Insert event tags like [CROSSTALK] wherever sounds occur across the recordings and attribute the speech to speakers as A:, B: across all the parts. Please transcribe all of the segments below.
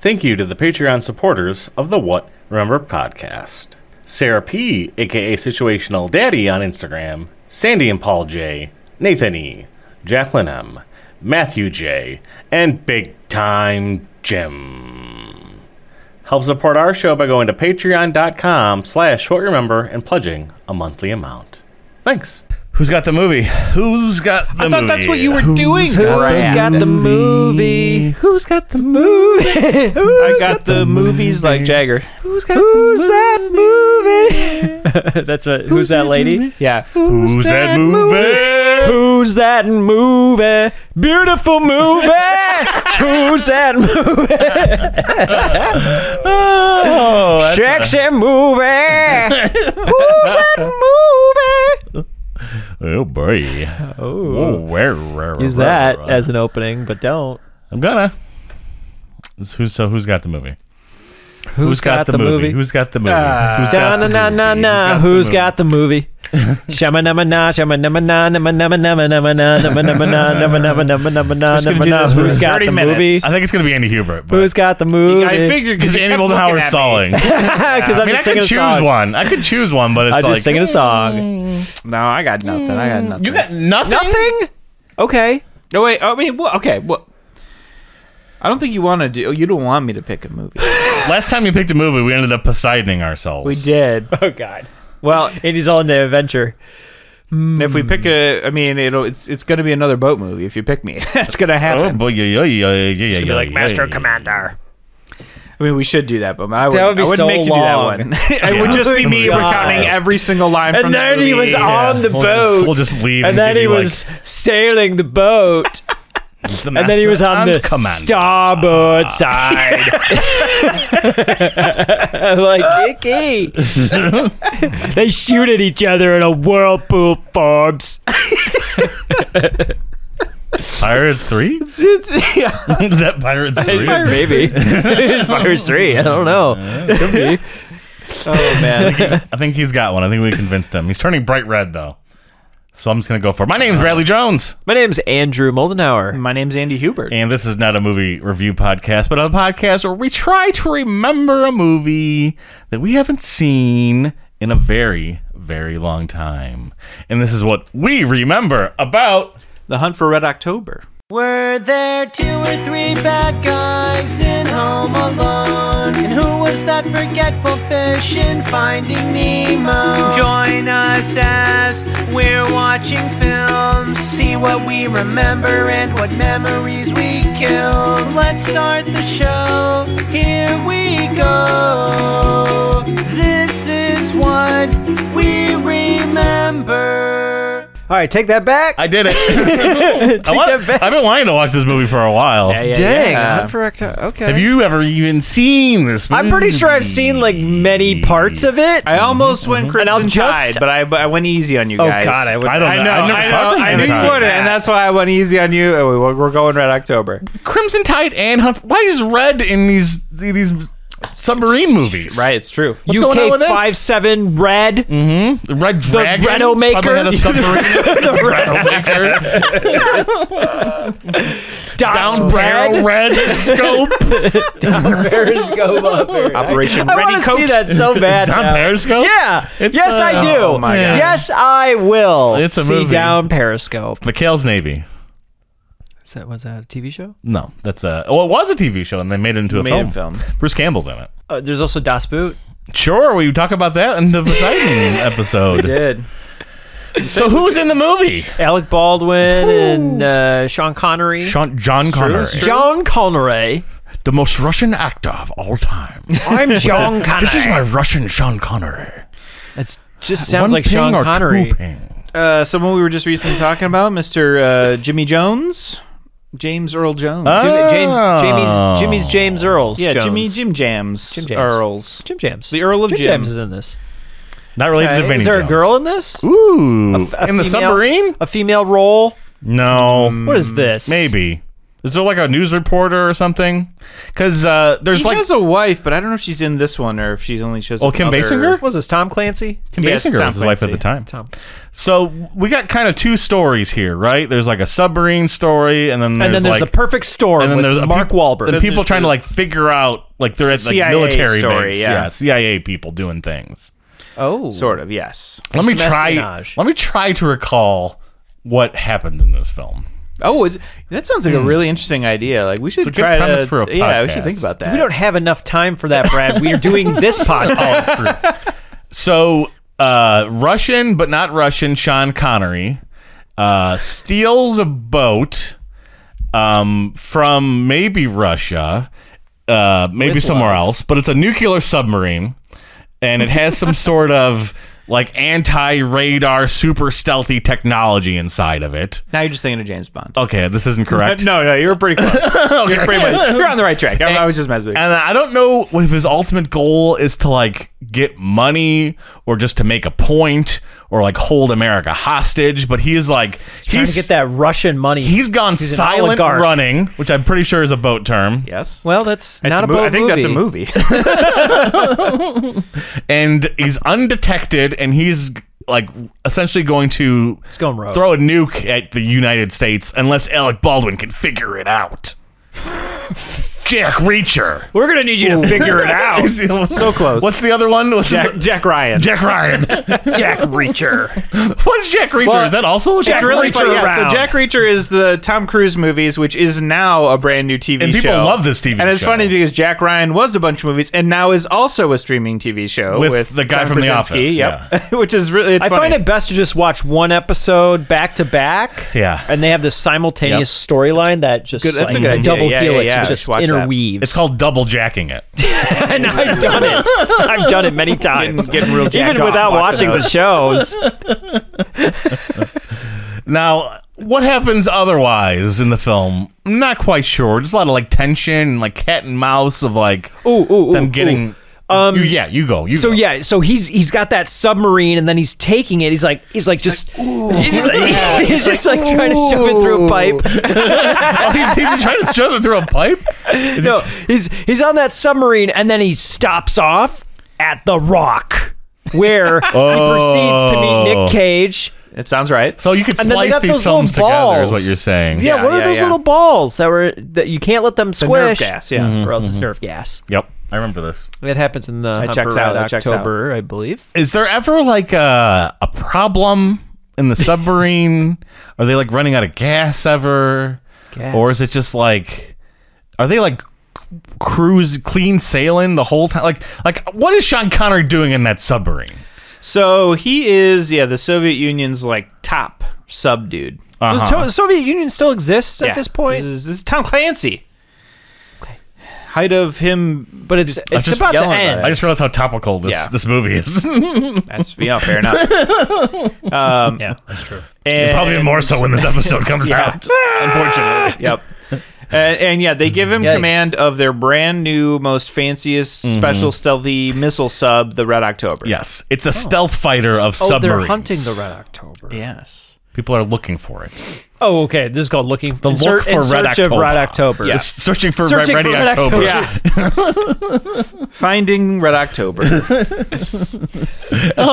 A: Thank you to the Patreon supporters of the What Remember podcast Sarah P., aka Situational Daddy on Instagram, Sandy and Paul J., Nathan E., Jacqueline M., Matthew J., and Big Time Jim. Help support our show by going to patreon.com slash what remember and pledging a monthly amount. Thanks.
B: Who's got the movie? Who's got the
C: I thought that's what you were doing.
D: Who's got the movie? Who's got the [LAUGHS] movie?
C: I got the movies like Jagger.
D: Who's got Who's that movie?
E: That's what. Who's, that lady?
C: Yeah.
B: Who's that movie?
D: Who's that movie? Beautiful movie. Who's that movie? oh, sexy movie. Who's that movie?
B: Oh boy. Oh, where, where,
E: Use
B: where,
E: that
B: where.
E: as an opening, but don't.
B: I'm gonna. It's who's so who's got the movie? who's got, the, movie? Who's got the movie? who's
E: Na
B: got
E: Ah. na
B: the
E: na na
B: movie?
E: na. Who's got the movie? Shama nama na, shama nama na, nama nama nama nama na, nama nama na, nama nama nama nama na,
C: gonna
E: nama
C: do
E: na.
C: this for
E: Who's got
C: 30
E: the
C: minutes.
E: movie?
B: I think it's gonna be Andy Hubert. But
E: Who's got the [LAUGHS]
C: I
E: movie?
C: figured
B: because Andy
C: kept
B: Moldenhauer's stalling.
C: looking at me.
B: I
E: Because [LAUGHS] I'm
B: mean, I
E: just singing
B: could
E: a
B: choose
E: song.
B: one. I could choose one, but it's
E: I'm
B: like
E: just singing
B: [LAUGHS]
E: a song.
C: No, I got nothing. I got nothing.
B: You got nothing.
E: Nothing. Okay.
C: No wait. I mean, well, okay. Well, I don't think you want to do. oh, You don't want me to pick a movie.
B: Last time you picked a movie, we ended up Poseidoning ourselves.
C: We did.
E: Oh God.
C: Well,
E: Andy's all into adventure.
C: if we pick
E: Mm.
C: a, I mean, it'll it's it's gonna be another boat movie if you pick me. [LAUGHS] That's gonna
B: Oh
C: happen.
B: boy, yeah, yeah, yeah, yeah, yeah, yeah,
E: Should be like
B: yeah,
E: Master
B: yeah.
E: Commander.
C: I mean, we should do that, but I wouldn't,
E: That would be
C: I wouldn't
E: so
C: make
E: long. [LAUGHS] Oh
C: you do that one. [LAUGHS] it would just be me
B: Oh God.
C: recounting every single line from
E: And
C: that
E: then he
C: movie.
E: was on the
B: We'll just, we'll
E: boat,
B: just leave.
E: and then
B: give
E: he
B: you, like,
E: was sailing
B: [LAUGHS]
E: the boat.
B: the
E: and then he
B: master
E: was on
B: and
E: the
B: commander. Ah. [LAUGHS]
E: starboard side. [LAUGHS] like
B: [LAUGHS]
E: Icky. they shoot at each other in a whirlpool forms.
B: Pirates Three. [LAUGHS] Is
C: It's- yeah.
B: that Pirates Three?
E: Maybe. Fires three. I don't know. Could be.
C: Oh
E: [LAUGHS]
C: man.
B: I think he's got one. I think we convinced him. He's turning bright red though, so I'm just gonna go for it. My name's Bradley Jones.
E: My name's Andrew Moldenhauer.
C: My name's Andy Hubert.
B: And this is not a movie review podcast, but a podcast where we try to remember a movie that we haven't seen in a very, very long time. And this is what we remember about.
C: The Hunt for Red October.
D: Were there two or three bad guys in Home Alone? And who was that forgetful fish in Finding Nemo? Join us as we're watching films. See what we remember and what memories we kill. Let's start the show. Here we go. This is what we remember.
E: All right, take that back.
B: I did it. I
E: that back.
B: have been wanting to watch this movie for a while.
E: Dang.
C: yeah.
E: Hunt for Octo- Okay.
B: Have you ever even seen this movie?
E: I'm pretty sure I've seen like many
B: Hmm.
E: parts of it.
C: I almost went
E: Mm-hmm. And I'll
C: Crimson
E: just-
C: Tide, but I, but I went easy on you
E: Oh,
C: guys.
E: [LAUGHS] God, I would-
B: I don't
C: I
B: know.
C: know,
B: I've never saw
C: I know, I
B: Crimson
C: knew
B: Tide.
C: you wouldn't, and that's why I went easy on you. and we- We're going Red October.
B: Crimson Tide and Hunt. Why is red in these these submarine movies?
C: Right, it's true.
B: What's
E: UK
B: going on with this?
E: five seven red.
B: Red Dragon.
E: Renomaker.
B: probably
E: [LAUGHS]
B: had a submarine. the Renomaker. [LAUGHS] Down barrel red scope.
C: [LAUGHS]
E: Periscope up.
C: Operation
E: [LAUGHS] I want to see
C: Redcoat.
E: that so bad.
B: Down
E: now.
B: periscope.
E: Yeah.
B: It's,
E: yes, I
B: uh,
E: do.
B: oh my God.
E: Yes, I will.
B: It's a
E: see
B: movie.
E: down Periscope.
B: McHale's Navy.
E: Is that was that a TV show?
B: No, that's a. Well, it was a TV show, and they made it into a
C: Made
B: film.
C: a film.
B: Bruce Campbell's in it.
E: Uh, there's also Das Boot.
B: Sure, we talk about that in the [LAUGHS]
E: [LAUGHS]
B: Poseidon episode.
C: Did.
B: So who was in the movie?
E: Alec Baldwin and uh, Sean Connery.
B: Sean, John Connery,
E: John Connery.
B: the most Russian actor of all time.
E: I'm Sean Connery.
B: This is my Russian Sean Connery.
E: It's just
B: One
E: sounds like Sean
B: ping or two
E: Connery.
B: ping?
C: Uh, someone we were just recently talking about, Mr. Uh, Jimmy Jones, James Earl Jones.
B: Oh.
E: Jimmy- James, Jimmy's, Jimmy's James Earls.
C: yeah,
E: Jones.
C: Uh, Jimmy Jim Jams,
E: Jim Jams.
C: Earls.
E: Jim Jams.
C: The Earl of
E: Jim,
C: Jim.
E: Jams is in this.
B: Not related to
E: Okay,
B: Vinny
E: Is there
B: Jones.
E: a girl in this?
B: Ooh,
E: A f- a
B: in the
E: female-
B: submarine?
E: A female role?
B: No,
E: What is this?
B: maybe. Is there like a news reporter or something? Because uh, there's
C: He
B: like
C: has a wife, but I don't know if she's in this one or if she's only shows.
B: Oh,
C: up in
B: Kim
C: other-
B: Basinger?
E: What was this Tom Clancy?
B: Kim
C: Yeah, it's
B: Basinger
C: Tom
B: was his wife at
C: Clancy.
B: the time.
E: Tom.
B: So we got kind of two stories here, right? There's like a submarine story, and then there's
E: And then there's
B: like,
E: the perfect storm
B: and then
E: with
B: there's a
E: Mark
B: peop-
E: Wahlberg.
B: And people
C: there's
B: trying to
C: the-
B: like figure out like they're at like
C: CIA
B: military
C: story,
B: base.
C: yeah.
B: CIA people doing things.
E: oh,
C: Sort of, yes.
B: Let me
E: Some
B: try.
E: espionage.
B: Let me try to recall what happened in this film. [LAUGHS]
C: Oh, it's, that sounds like a really interesting idea. Like we
B: a
C: should
B: good
C: try
B: premise
C: to,
B: for a
C: Yeah, we should
B: podcast.
C: think about that.
E: We don't have enough time for that, Brad. We are doing
C: [LAUGHS]
E: this podcast.
B: So uh, Russian, but not Russian, Sean Connery uh, steals a boat um, from maybe Russia, uh, maybe somewhere else, but it's a nuclear submarine, and it has
C: [LAUGHS]
B: some sort of like anti-radar, super stealthy technology inside of it.
C: now you're just thinking of James Bond.
B: Okay, this isn't correct.
C: No, no, you were pretty close.
B: [LAUGHS]
C: You're pretty much. [LAUGHS] You're on the right track. I, I was just messing. with you.
B: And I don't know if his ultimate goal is to like get money or just to make a point or like hold America hostage, but he is like
E: Trying to
B: he's
E: get that Russian money.
B: he's gone
E: He's an
B: silent
E: oligarch.
B: running, which I'm pretty sure is a boat term.
C: Yes.
E: Well, that's
C: It's
E: not
C: a
E: a
C: mo-
E: boat
C: I think
E: movie.
C: that's a movie.
B: And he's undetected and he's like essentially going to
E: It's going rogue.
B: throw a nuke at the United States unless Alec Baldwin can figure it out. [LAUGHS] Jack Reacher.
E: We're gonna need you to figure it out.
B: so
C: close.
B: [LAUGHS] What's the other one? What's
C: Jack, Jack Ryan.
B: Jack Ryan.
C: [LAUGHS] Jack Reacher.
B: What's Jack Reacher?
C: Well,
B: is that also a Jack
C: It's really
B: Reacher
C: funny. Yeah,
B: round?
C: so Jack Reacher is the Tom Cruise movies, which is now a brand new TV
B: And
C: show.
B: people love this TV
C: And it's
B: show.
C: funny because Jack Ryan was a bunch of movies, and now is also a streaming TV show
B: With
C: with,
B: the guy
C: John
B: from The
C: Krasinski.
B: Office,
C: Yep, [LAUGHS] which is really. It's
E: I
C: funny.
E: find
C: [LAUGHS]
E: it best to just watch one episode back to back.
B: Yeah.
E: and they have this simultaneous storyline that just
C: Good- that's a
E: like,
C: good idea.
E: double
C: Yeah, yeah,
E: helix
C: yeah.
E: and
C: Just
E: just
C: watch that.
E: interweaves.
B: It's called double jacking it.
E: and I've done it. I've done it many times,
C: Getting real jacked
E: even
C: off
E: without watching the
C: those.
E: shows.
B: now, what happens otherwise in the film? I'm not quite sure. There's a lot of like tension and like cat and mouse of like
E: Ooh, ooh,
B: them
E: ooh, Um,
B: getting. you, yeah, you go. You
E: [LAUGHS] So
B: go.
E: yeah, so he's he's got that submarine, and then he's taking it. He's like he's like just [LAUGHS] he's just like, he's just like trying to shove it through a pipe.
B: oh,
E: [LAUGHS]
B: he's, [LAUGHS] he's trying to shove it through a pipe. Is
E: No, he's he's on that submarine, and then he stops off at the rock,
B: [LAUGHS]
E: where he proceeds to meet
B: Oh.
E: Nick Cage.
C: It sounds right.
B: So you could
E: And then they
B: slice
E: got
B: these
E: those little
B: films together, is what
E: balls.
B: you're saying.
E: Yeah,
C: Yeah,
E: what are
C: yeah,
E: those
C: yeah.
E: little balls that were that you can't let them
C: Nerve
E: squish?
C: gas. Yeah.
B: Mm-hmm.
E: or else it's nerve gas.
B: Yep. I remember this.
E: It happens in the Hunt
C: checks
E: for
C: out,
E: Red
C: it checks out.
E: October, I believe.
B: Is there ever like Uh, a a problem in the submarine? [LAUGHS] are they like running out of gas ever?
E: Gas.
B: Or is it just like are they like c- cruise clean sailing the whole time? Like like what is Sean Connery doing in that submarine?
C: So he is, yeah, the Soviet Union's like top sub dude.
B: Uh-huh.
E: So the Soviet Union still exists
C: Yeah.
E: at this point,
C: This is, this is Tom Clancy. Height of him,
E: but it's it's
B: just
E: about to
C: yelling about
E: end.
B: I just realized how topical this
C: Yeah.
B: this movie is. [LAUGHS]
C: [LAUGHS] that's yeah,
E: [LAUGHS]
C: fair enough. Um,
E: yeah, that's true.
C: and,
B: Probably more so when this episode
E: [LAUGHS]
B: comes
C: Yeah.
B: out. Unfortunately.
C: Yep. And, and yeah, they give him
E: Yikes.
C: command of their brand new, most fanciest special stealthy missile sub, the Red October.
B: Yes, it's a stealth fighter of
E: Oh,
B: submarines.
E: they're hunting the Red October.
C: Yes.
B: People are looking for it.
E: Oh, okay. This is called looking the
B: look
E: search,
B: for
E: in
B: Red
E: search of
B: October.
E: Red October.
C: Yeah.
B: It's searching for
E: Searching
B: Red,
E: for
B: Ready
E: Red
B: October.
E: October.
C: [LAUGHS] Yeah. Finding Red October.
B: Oh,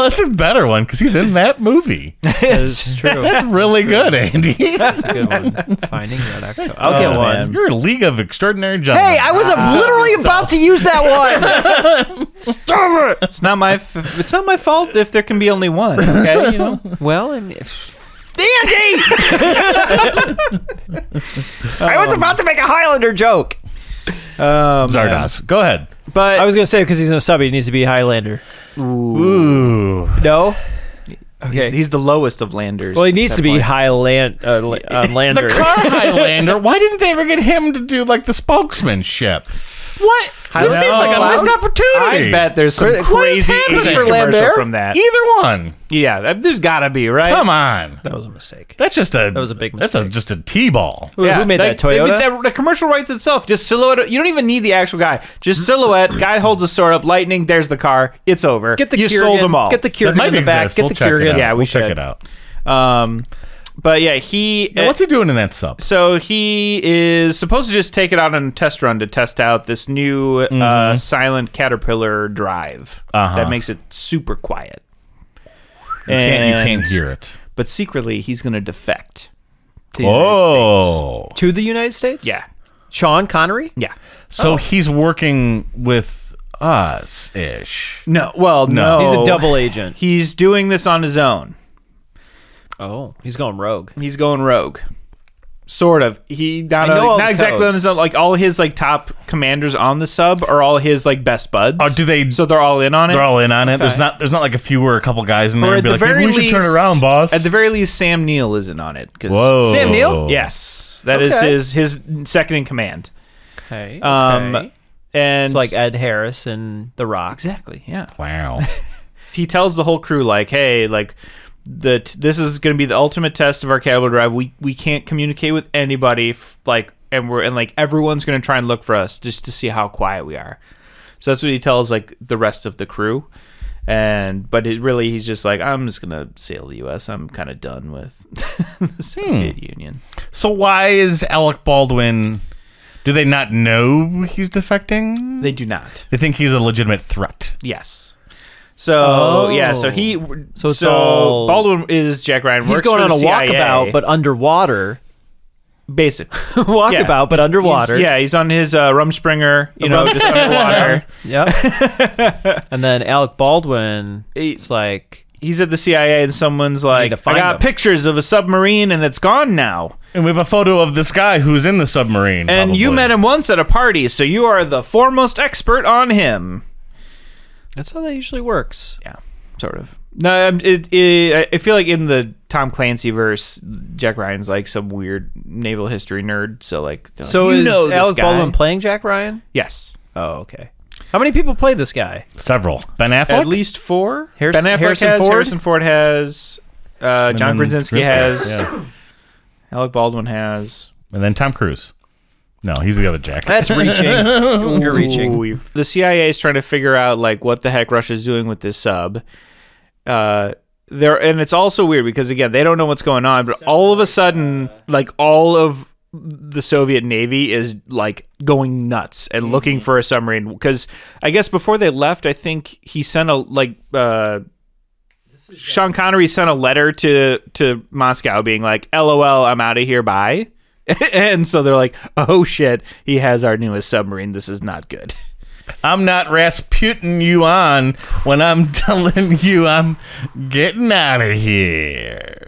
B: that's a better one because he's in that movie.
E: [LAUGHS] That's true.
B: That's really good, Andy.
E: That's a good one. Finding Red October. I'll get
B: Oh,
E: one.
B: man. You're a League of Extraordinary Gentlemen.
E: Hey, I was uh, literally about to use that [LAUGHS] one.
C: It's not my f- it's not my fault if there can be only one. Okay, you know.
E: well, I mean, Andy, I was about to make a Highlander joke.
C: Um,
B: Zardos. Go ahead.
C: But
E: I was gonna say because he's in a sub, he needs to be a Highlander.
B: Ooh.
E: No,
C: he's, he's the lowest of landers.
E: well, he needs
C: at
E: to
C: that
E: be
C: point.
E: Highland uh, la- uh, Lander. [LAUGHS]
B: Car Highlander. Why didn't they ever get him to do like the spokesmanship? What? This seemed like a
E: Cloud?
B: missed opportunity.
C: I bet there's some
E: What is
C: crazy
B: happening
C: 80s
B: for
C: commercial
E: Lambert?
C: from that.
B: Either one.
C: Yeah, that- there's got to be right.
B: Come on.
E: that was a mistake.
B: That's just a. That
E: was a big
B: That's a,
E: mistake.
B: just a t-ball.
E: Who, who made that?
C: they-
E: Toyota.
C: that- the commercial writes itself. Just silhouette. You don't even need the actual guy. Just silhouette. guy holds a sword up. Lightning. There's the car. It's over.
E: get the
C: you
E: Kurgan,
C: sold them all.
E: Get the
B: That
E: Kurgan
B: might
E: in the
B: exist.
E: back. Get
B: we'll
E: the
B: check it
E: Kurgan.
B: out.
C: Yeah, we
B: we'll check
C: should.
B: it out.
C: Um, But yeah, he. uh,
B: Now, what's he doing in that sub?
C: so he is supposed to just take it out on a test run to test out this new uh, silent caterpillar drive
B: Uh-huh.
C: that makes it super quiet.
B: You can't, you
C: And-
B: can't hear it.
C: But secretly, he's going to defect. To the United States.
B: Oh,
E: to the United States?
C: yeah,
E: Sean Connery?
C: yeah.
B: so he's working with us ish.
C: No, well,
B: No.
E: He's
C: Oh.
E: a double agent.
C: He's doing this on his own.
E: Oh, he's going rogue.
C: He's going rogue. Sort of. He not,
E: I know all
C: not
E: the
C: exactly on his
E: codes.
C: own. Like all his like top commanders on the sub are all his like best buds.
B: Oh, do they-
C: So they're all in on it.
B: They're all in Oh, on it. There's not. There's not like a few or a couple guys in there.
C: Or
B: and be
C: at the
B: like, "Maybe
C: very
B: we should turn
C: least-
B: around, boss.
C: At the very least, Sam Neill isn't on it. 'cause-
B: Whoa.
E: Sam Neill?
C: Yes, that is
E: Okay.
C: his his second in command.
E: Okay.
C: Um, and
E: Uh, It's like Ed Harris and The Rock.
C: exactly, yeah.
B: Wow.
C: he tells the whole crew like, "Hey, like the t- this is going to be the ultimate test of our cable drive. We we can't communicate with anybody f- like and we're and like everyone's going to try and look for us just to see how quiet we are." So that's what he tells like the rest of the crew. And but it really he's just like, "I'm just going to sail the US. I'm kind of done with [LAUGHS] the Soviet
E: Hmm.
C: Union."
B: [LAUGHS] so why is Alec Baldwin? Do they not know he's defecting?
C: They do not.
B: They think he's a legitimate threat.
C: Yes. So
E: Oh.
C: yeah, so he so,
E: it's all-
C: Baldwin is Jack Ryan.
E: He's
C: works
E: going
C: for
E: on a
C: the CIA,
E: walkabout, but underwater.
C: basically
E: [LAUGHS] walkabout,
C: Yeah.
E: but
C: He's-
E: underwater.
C: he's- yeah, he's on his uh, Rumspringer, you know,
E: [LAUGHS]
C: just underwater.
E: Yep. and then Alec Baldwin It's like,
C: He's at the CIA, and someone's like,
E: to
C: "I
E: find
C: got
E: him."
C: pictures of a submarine, and it's gone now."
B: And we have a photo of this guy who's in the submarine.
C: And you
B: probably.
C: met him once at a party, so you are the foremost expert on him.
E: that's how that usually works.
C: Yeah, sort of. No, um, it, it, I feel like in the Tom Clancy verse, Jack Ryan's like some weird naval history nerd. So like, they're like,
E: So
C: you
E: is
C: know this
E: Alec
C: guy.
E: Baldwin playing Jack Ryan?
C: Yes,
E: Oh, okay. How many people play this guy?
B: several. Ben Affleck.
C: at least four.
E: Harrison-
C: ben Affleck
E: Harrison
C: has.
E: Ford?
C: Harrison Ford has. Uh, John
B: then
C: Krasinski
B: Krasinski,
C: has.
B: yeah.
C: Alec Baldwin has.
B: and then Tom Cruise. No, he's the other Jack.
C: [LAUGHS]
E: That's reaching. You're reaching.
C: Ooh, the CIA is trying to figure out like what the heck Russia's doing with this sub. Uh, there and it's also weird because again they don't know what's going on, but all of a sudden, like all of the Soviet Navy is like going nuts and looking for a submarine because I guess before they left, I think he sent a like. Uh, Sean Connery sent a letter to to Moscow being like, "LOL, I'm out of here, bye." [LAUGHS] and so they're like, "Oh shit, he has our newest submarine. This is not good."
B: I'm not Rasputin you on when I'm [LAUGHS] telling you I'm getting out of here.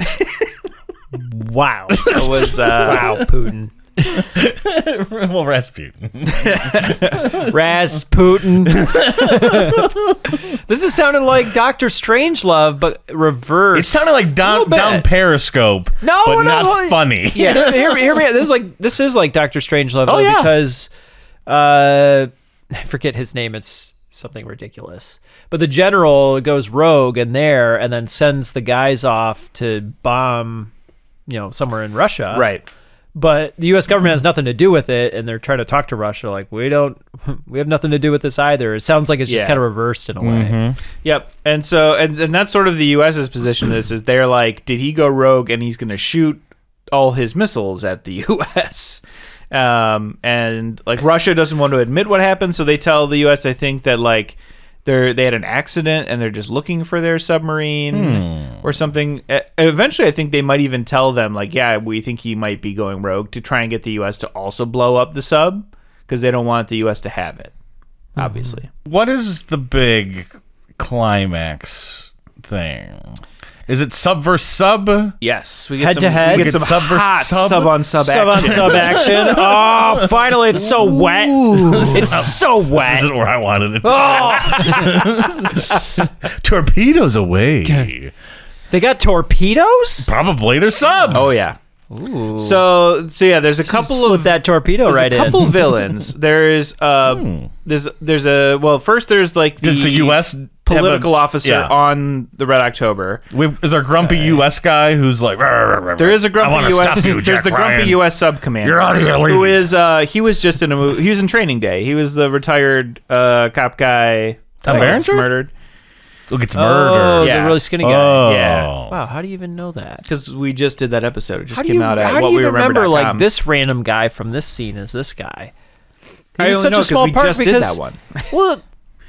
E: Wow.
C: It was uh,
E: wow, Putin.
B: well, Rasputin.
E: Rasputin. this is sounding like Doctor Strangelove, but reversed.
B: It sounded like down,
E: bit.
B: down Periscope,
E: No,
B: but
E: no,
B: not
E: no.
B: funny.
E: [LAUGHS] yeah. hear, hear me. out. This is like this is like Doctor Strangelove
B: Oh,
E: though,
B: yeah.
E: because uh, I forget his name. It's something ridiculous. But the general goes rogue in there, and then sends the guys off to bomb, you know, somewhere in Russia.
C: right.
E: But the U.S. government has nothing to do with it, and they're trying to talk to Russia like we don't, [LAUGHS] we have nothing to do with this either. It sounds like it's just
C: Yeah. Mm-hmm.
E: kind of reversed in a way.
C: Yep. And so and, and that's sort of the US's position is is they're like, "Did he go rogue and he's going to shoot all his missiles at the [LAUGHS] US?" Um, and like Russia doesn't want to admit what happened, so they tell the US I think that like they're they had an accident and they're just looking for their submarine or something. E- And eventually I think they might even tell them like, "Yeah, we think he might be going rogue to try and get the US to also blow up the sub because they don't want the US to have it." Obviously.
B: What is the big climax thing? Is it sub versus sub?
C: Yes, we get
E: Head
C: some,
E: to head.
B: We
C: We get some
B: get sub versus
C: hot
B: sub?
C: sub, on sub,
E: Sub on
C: action.
E: sub action.
C: [LAUGHS]
E: Oh, finally, it's so wet. It's so
B: This
E: wet.
B: isn't where I wanted it.
E: Oh. [LAUGHS]
B: Torpedoes away.
E: They got torpedoes.
B: Probably they're subs.
C: [LAUGHS] Oh yeah. So so yeah, there's a couple
E: Slip
C: of
E: that torpedo
C: there's
E: right [LAUGHS]
C: a couple
E: in. Hmm.
C: villains. There's uh there's there's a well first there's like the,
B: Does the U.S. have a-
C: political officer
B: Yeah.
C: on the Red October.
B: We, is there a grumpy U.S. guy who's like, "Rah, rah, rah, rah,
C: There is a
B: I wanna
C: grumpy U.S.
B: Stop you,
C: [LAUGHS] there's
B: Jack
C: the grumpy
B: Ryan."
C: U.S. sub commander.
B: You're outta here,
C: Who
B: lady.
C: is uh he was just in a movie. He was in Training Day. He was the retired uh cop guy
B: Tom
C: that was
B: Berenger?
C: murdered.
B: Look, it's
E: Oh,
B: murder.
C: Yeah.
E: the really skinny guy.
B: Oh.
C: Yeah.
E: Wow, how do you even know that?
C: because we just did that episode. It just
E: How do
C: came
E: you,
C: out at
E: how do
C: what
E: you
C: we
E: even
C: remember.
E: remember like this random guy from this scene is this guy?
C: I
E: He's
C: only
E: such
C: know
E: a
C: 'cause
E: small
C: we
E: part
C: just did
E: because
C: that one.
E: [LAUGHS] well,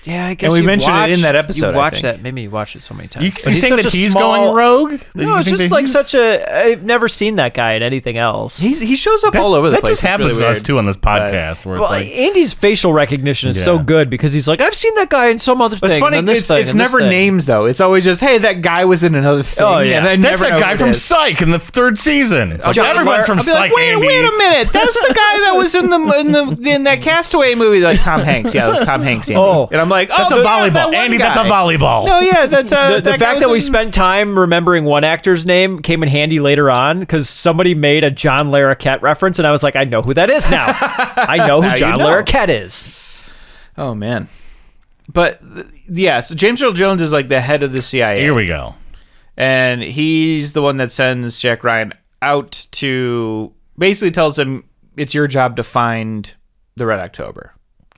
E: yeah, I guess
C: we
E: you
C: mentioned it in
E: watched-
C: that episode, I
E: You watched
C: think.
E: that. Maybe you watched it so many times.
B: You,
E: but
B: you
E: he's
B: saying
E: such
B: that
E: a
B: he's
E: small-
B: going rogue? That you
E: No, it's
B: think
E: just
B: that
E: like
B: he's-
E: such a. I've never seen that guy in anything else.
C: He he shows up
B: That-
C: all over the
B: that
C: place.
B: just happens to us too on this podcast, where it's
E: well,
B: like
E: Andy's facial recognition is so
B: Yeah.
E: good because he's like, I've seen that guy in some other thing.
C: It's funny.
E: and this
C: It's,
E: thing,
C: it's
E: and this
C: never
E: thing.
C: names though. It's always just, hey, that guy was in another thing.
E: Oh, yeah.
C: and I
B: that's
C: never
B: that
C: know
B: guy
C: who it
B: from
C: is.
B: Psych in the third season. It's like,
E: John
B: everyone
E: Lar-
B: from
E: I'll be like,
B: Psych.
C: Wait,
B: Andy.
C: wait a minute. That's the guy that was in the in the in that Castaway movie, like Tom Hanks. Yeah, that's Tom Hanks. Andy.
E: Oh.
C: and I'm like, oh,
B: That's a
C: yeah, that
B: volleyball,
C: one
B: Andy. That's a
C: guy.
B: volleyball.
C: No, yeah, that's uh,
E: The, the
C: guy
E: fact
C: was
E: that we
C: in-
E: spent time remembering one actor's name came in handy later on because somebody made a John Larroquette reference, and I was like, I know who that is now. I know who
C: you
E: John
C: know.
E: Larroquette is.
C: Oh man, but th- yeah, so James Earl Jones is like the head of the CIA.
B: Here we go.
C: and he's the one that sends Jack Ryan out to basically tells him it's your job to find the Red October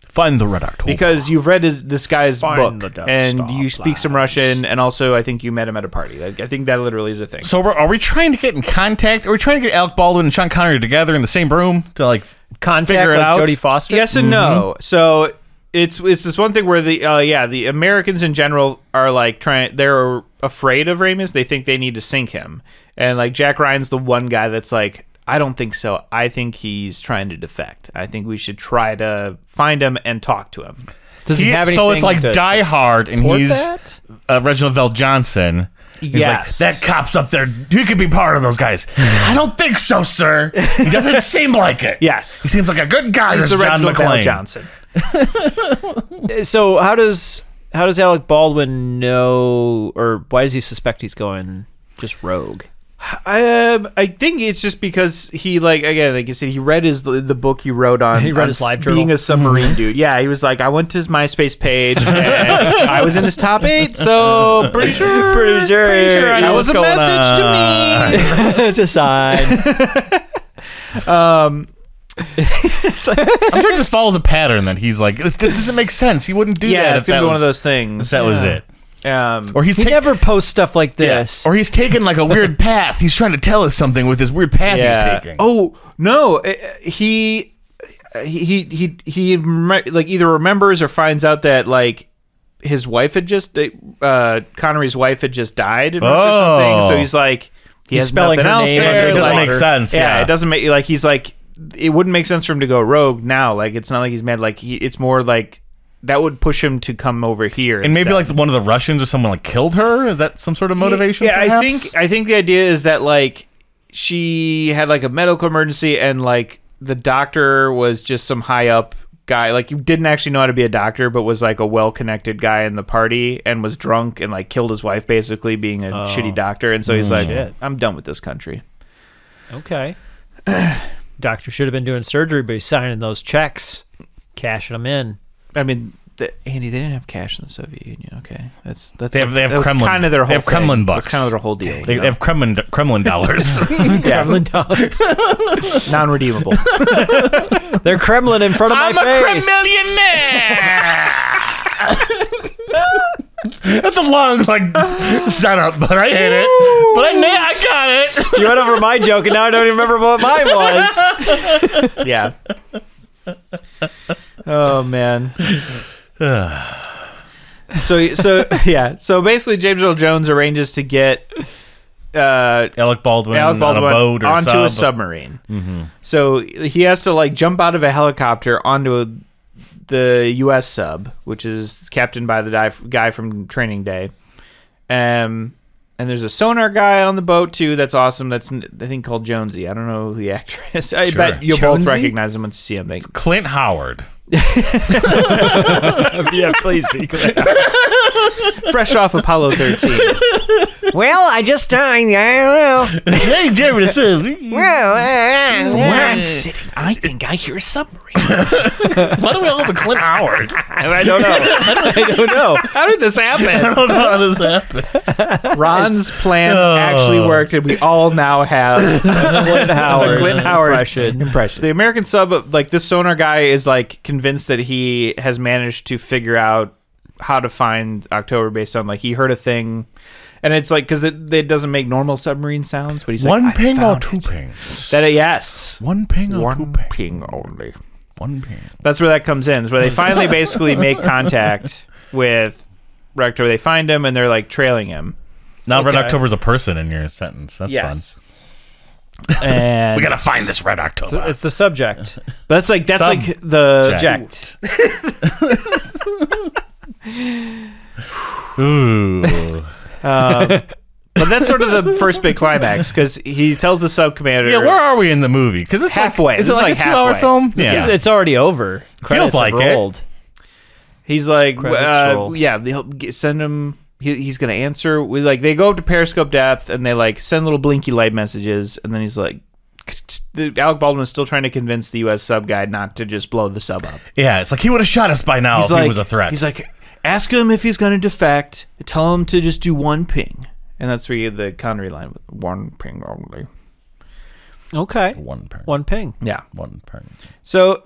B: Find the Red October.
C: because you've read his, this guy's
E: Oh, Find the
C: book
E: Death
C: and
E: Star
C: you speak some
E: plans.
C: Russian and also I think you met him at a party. Like I think that literally is a thing.
B: so we're, are we trying to get in contact? Are we trying to get Alec Baldwin and Sean Connery together in the same room to like?
E: Contact
B: Figure it
E: with
B: out.
E: Jodie Foster. Mm-hmm.
C: Yes and no. So it's it's this one thing where the uh, yeah the Americans in general are like trying they're afraid of Ramus. They think they need to sink him, and like Jack Ryan's the one guy that's like I don't think so. I think he's trying to defect. I think we should try to find him and talk to him.
E: Does he,
B: He-
E: have
B: so it's
E: anything
B: like
E: to
B: Die Hard, and
E: support
B: he's
E: that?
B: uh, Reginald Vell Johnson. He's
C: Yes.
B: like, that cop's up there. He could be part of those guys. I don't think so, sir. He
C: [LAUGHS]
B: doesn't seem like it.
E: [LAUGHS]
C: Yes.
B: He seems like a good guy.
C: He's
B: This
C: the
B: John
C: Reginald Bell
B: McClane.
C: Johnson.
E: so how does how does Alec Baldwin know or why does he suspect he's going just rogue?
C: I um, I think it's just because he like again like you said he read his the book he wrote on
E: He read
C: on
E: his live
C: s-
E: journal. Mm-hmm.
C: being a submarine dude yeah he was like I went to his MySpace
E: [LAUGHS]
C: page and I was in his top eight so pretty sure
E: Pretty sure.
C: pretty sure I
E: You know
C: that was a
B: what's going
C: message to me
E: it's a sign.
B: I'm sure it just follows a pattern that he's like, this, this doesn't make sense. He wouldn't do that
C: yeah
B: if
C: it's gonna
B: that
C: be
B: was,
C: one of those things
B: if that was it.
C: um
B: Or he's
E: he
B: taking.
E: never posts stuff like
B: yeah.
E: this.
B: Or he's taking like a
C: [LAUGHS]
B: weird path. He's trying to tell us something with this weird path he's taking.
C: Oh no, uh, he eh, he he he rem- like either remembers or finds out that like his wife had just uh Connery's wife had just died in Russia or
B: Oh.
C: something. So he's like he
E: He's
C: has
E: spelling
C: nothing
E: her
C: else
E: name
C: there.
E: under
B: it doesn't
C: like-
B: make sense. Yeah,
C: it doesn't make like he's like it wouldn't make sense for him to go rogue now. Like it's not like he's mad. Like he, it's more like that would push him to come over here
B: And maybe
C: instead.
B: like one of the Russians or someone like killed her. Is that some sort of motivation?
C: Yeah, I
B: perhaps?
C: think I think the idea is that like she had like a medical emergency and like the doctor was just some high up guy like you didn't actually know how to be a doctor but was like a well-connected guy in the party and was drunk and like killed his wife basically being
B: Oh.
C: a shitty doctor and so
B: Mm.
C: he's like
E: Shit.
C: I'm done with this country.
E: okay. [CLEARS THROAT] Doctor should have been doing surgery, but he's signing those checks, cashing them in.
C: I mean the, Andy, they didn't have cash in the Soviet Union. Okay, that's that's
B: They have- they have
C: that was
B: Kremlin-
C: Kind of their
B: they
C: whole
B: have Kremlin
C: thing.
B: bucks.
C: That's kind of their whole deal.
B: They, they have Kremlin Kremlin
C: [LAUGHS]
B: dollars. [LAUGHS]
E: Kremlin dollars.
C: non-redeemable.
E: They're Kremlin in front of my face.
B: Kremillionaire. That's a long like setup, but I hit it. But I na- I got it.
E: You went over my joke, and now I don't even remember what mine was. [LAUGHS]
C: yeah. [LAUGHS] Oh man. so so [LAUGHS] yeah. So basically, James Earl Jones arranges to get uh,
B: [SIGHS] Alec Baldwin,
C: Alec Baldwin
B: on a boat or Mm-hmm.
C: onto a
B: sub.
C: submarine. So he has to like jump out of a helicopter onto the U.S. sub, which is captained by the di- guy from Training Day. Um, and there's a sonar guy on the boat too. That's awesome. That's n- I think called Jonesy. I don't know who the actor is. I
B: Sure.
C: bet you'll both
E: Jonesy?
C: recognize him once you see him. They-
B: Clint Howard.
E: yeah, please
B: [LAUGHS]
E: be clear.
C: fresh off Apollo 13.
E: [LAUGHS] Well, I just Oh, dying. I don't know.
B: Hey,
E: oh, Well,
C: I think I hear a submarine.
B: Why do we all have a Clint Howard?
C: I don't know.
E: I don't know.
C: How did this happen?
B: don't know how this happened.
C: Ron's plan actually worked, and we all now have
E: Clint Howard.
C: Clint Howard
E: impression.
C: impression. The American sub, like this sonar guy, is like convinced that he has managed to figure out how to find October based on like he heard a thing, and it's like because it, it doesn't make normal submarine sounds, but he's
B: One
C: like, "I
B: ping or
C: found
B: two
C: it."
B: pings?
C: That yes,
B: One ping or two
C: one
B: ping?
C: ping only.
B: One ping.
C: That's where that comes in. Is where
E: [LAUGHS]
C: they finally basically make contact with Rector. They find him and they're like trailing him.
B: Now Red
E: Okay.
B: October's a person in your sentence. That's fun.
C: And
B: We gotta find this Red October.
E: So it's the
C: [LAUGHS]
E: subject.
C: That's like that's
B: Sub-
C: like the
B: Jacked. Ooh.
C: Um, but that's sort of the first big climax because he tells the sub commander.
B: Yeah, where are we in the movie? Because it's
C: Halfway.
B: Like, is
C: This
B: it
C: is
B: like, a
C: like
B: two-hour
C: halfway.
B: film?
E: This
B: yeah.
E: is, it's already over. Credits have
B: like it.
E: rolled.
C: He's like,
E: Credits
C: uh,
E: roll.
C: yeah, they'll get, send him. He, he's gonna answer. We like they go up to Periscope depth and they like send little blinky light messages, and then he's like, the, Alec Baldwin is still trying to convince the U.S. sub guy not to just blow the sub up.
B: yeah, it's like he would have shot us by now
C: He's
B: if
C: like,
B: Oh, he was a threat.
C: He's like, ask him if he's gonna defect. Tell him to just do one ping, and that's where you get the Connery line with one ping only.
E: Okay.
B: one ping.
E: One ping.
C: Yeah.
B: One ping.
C: So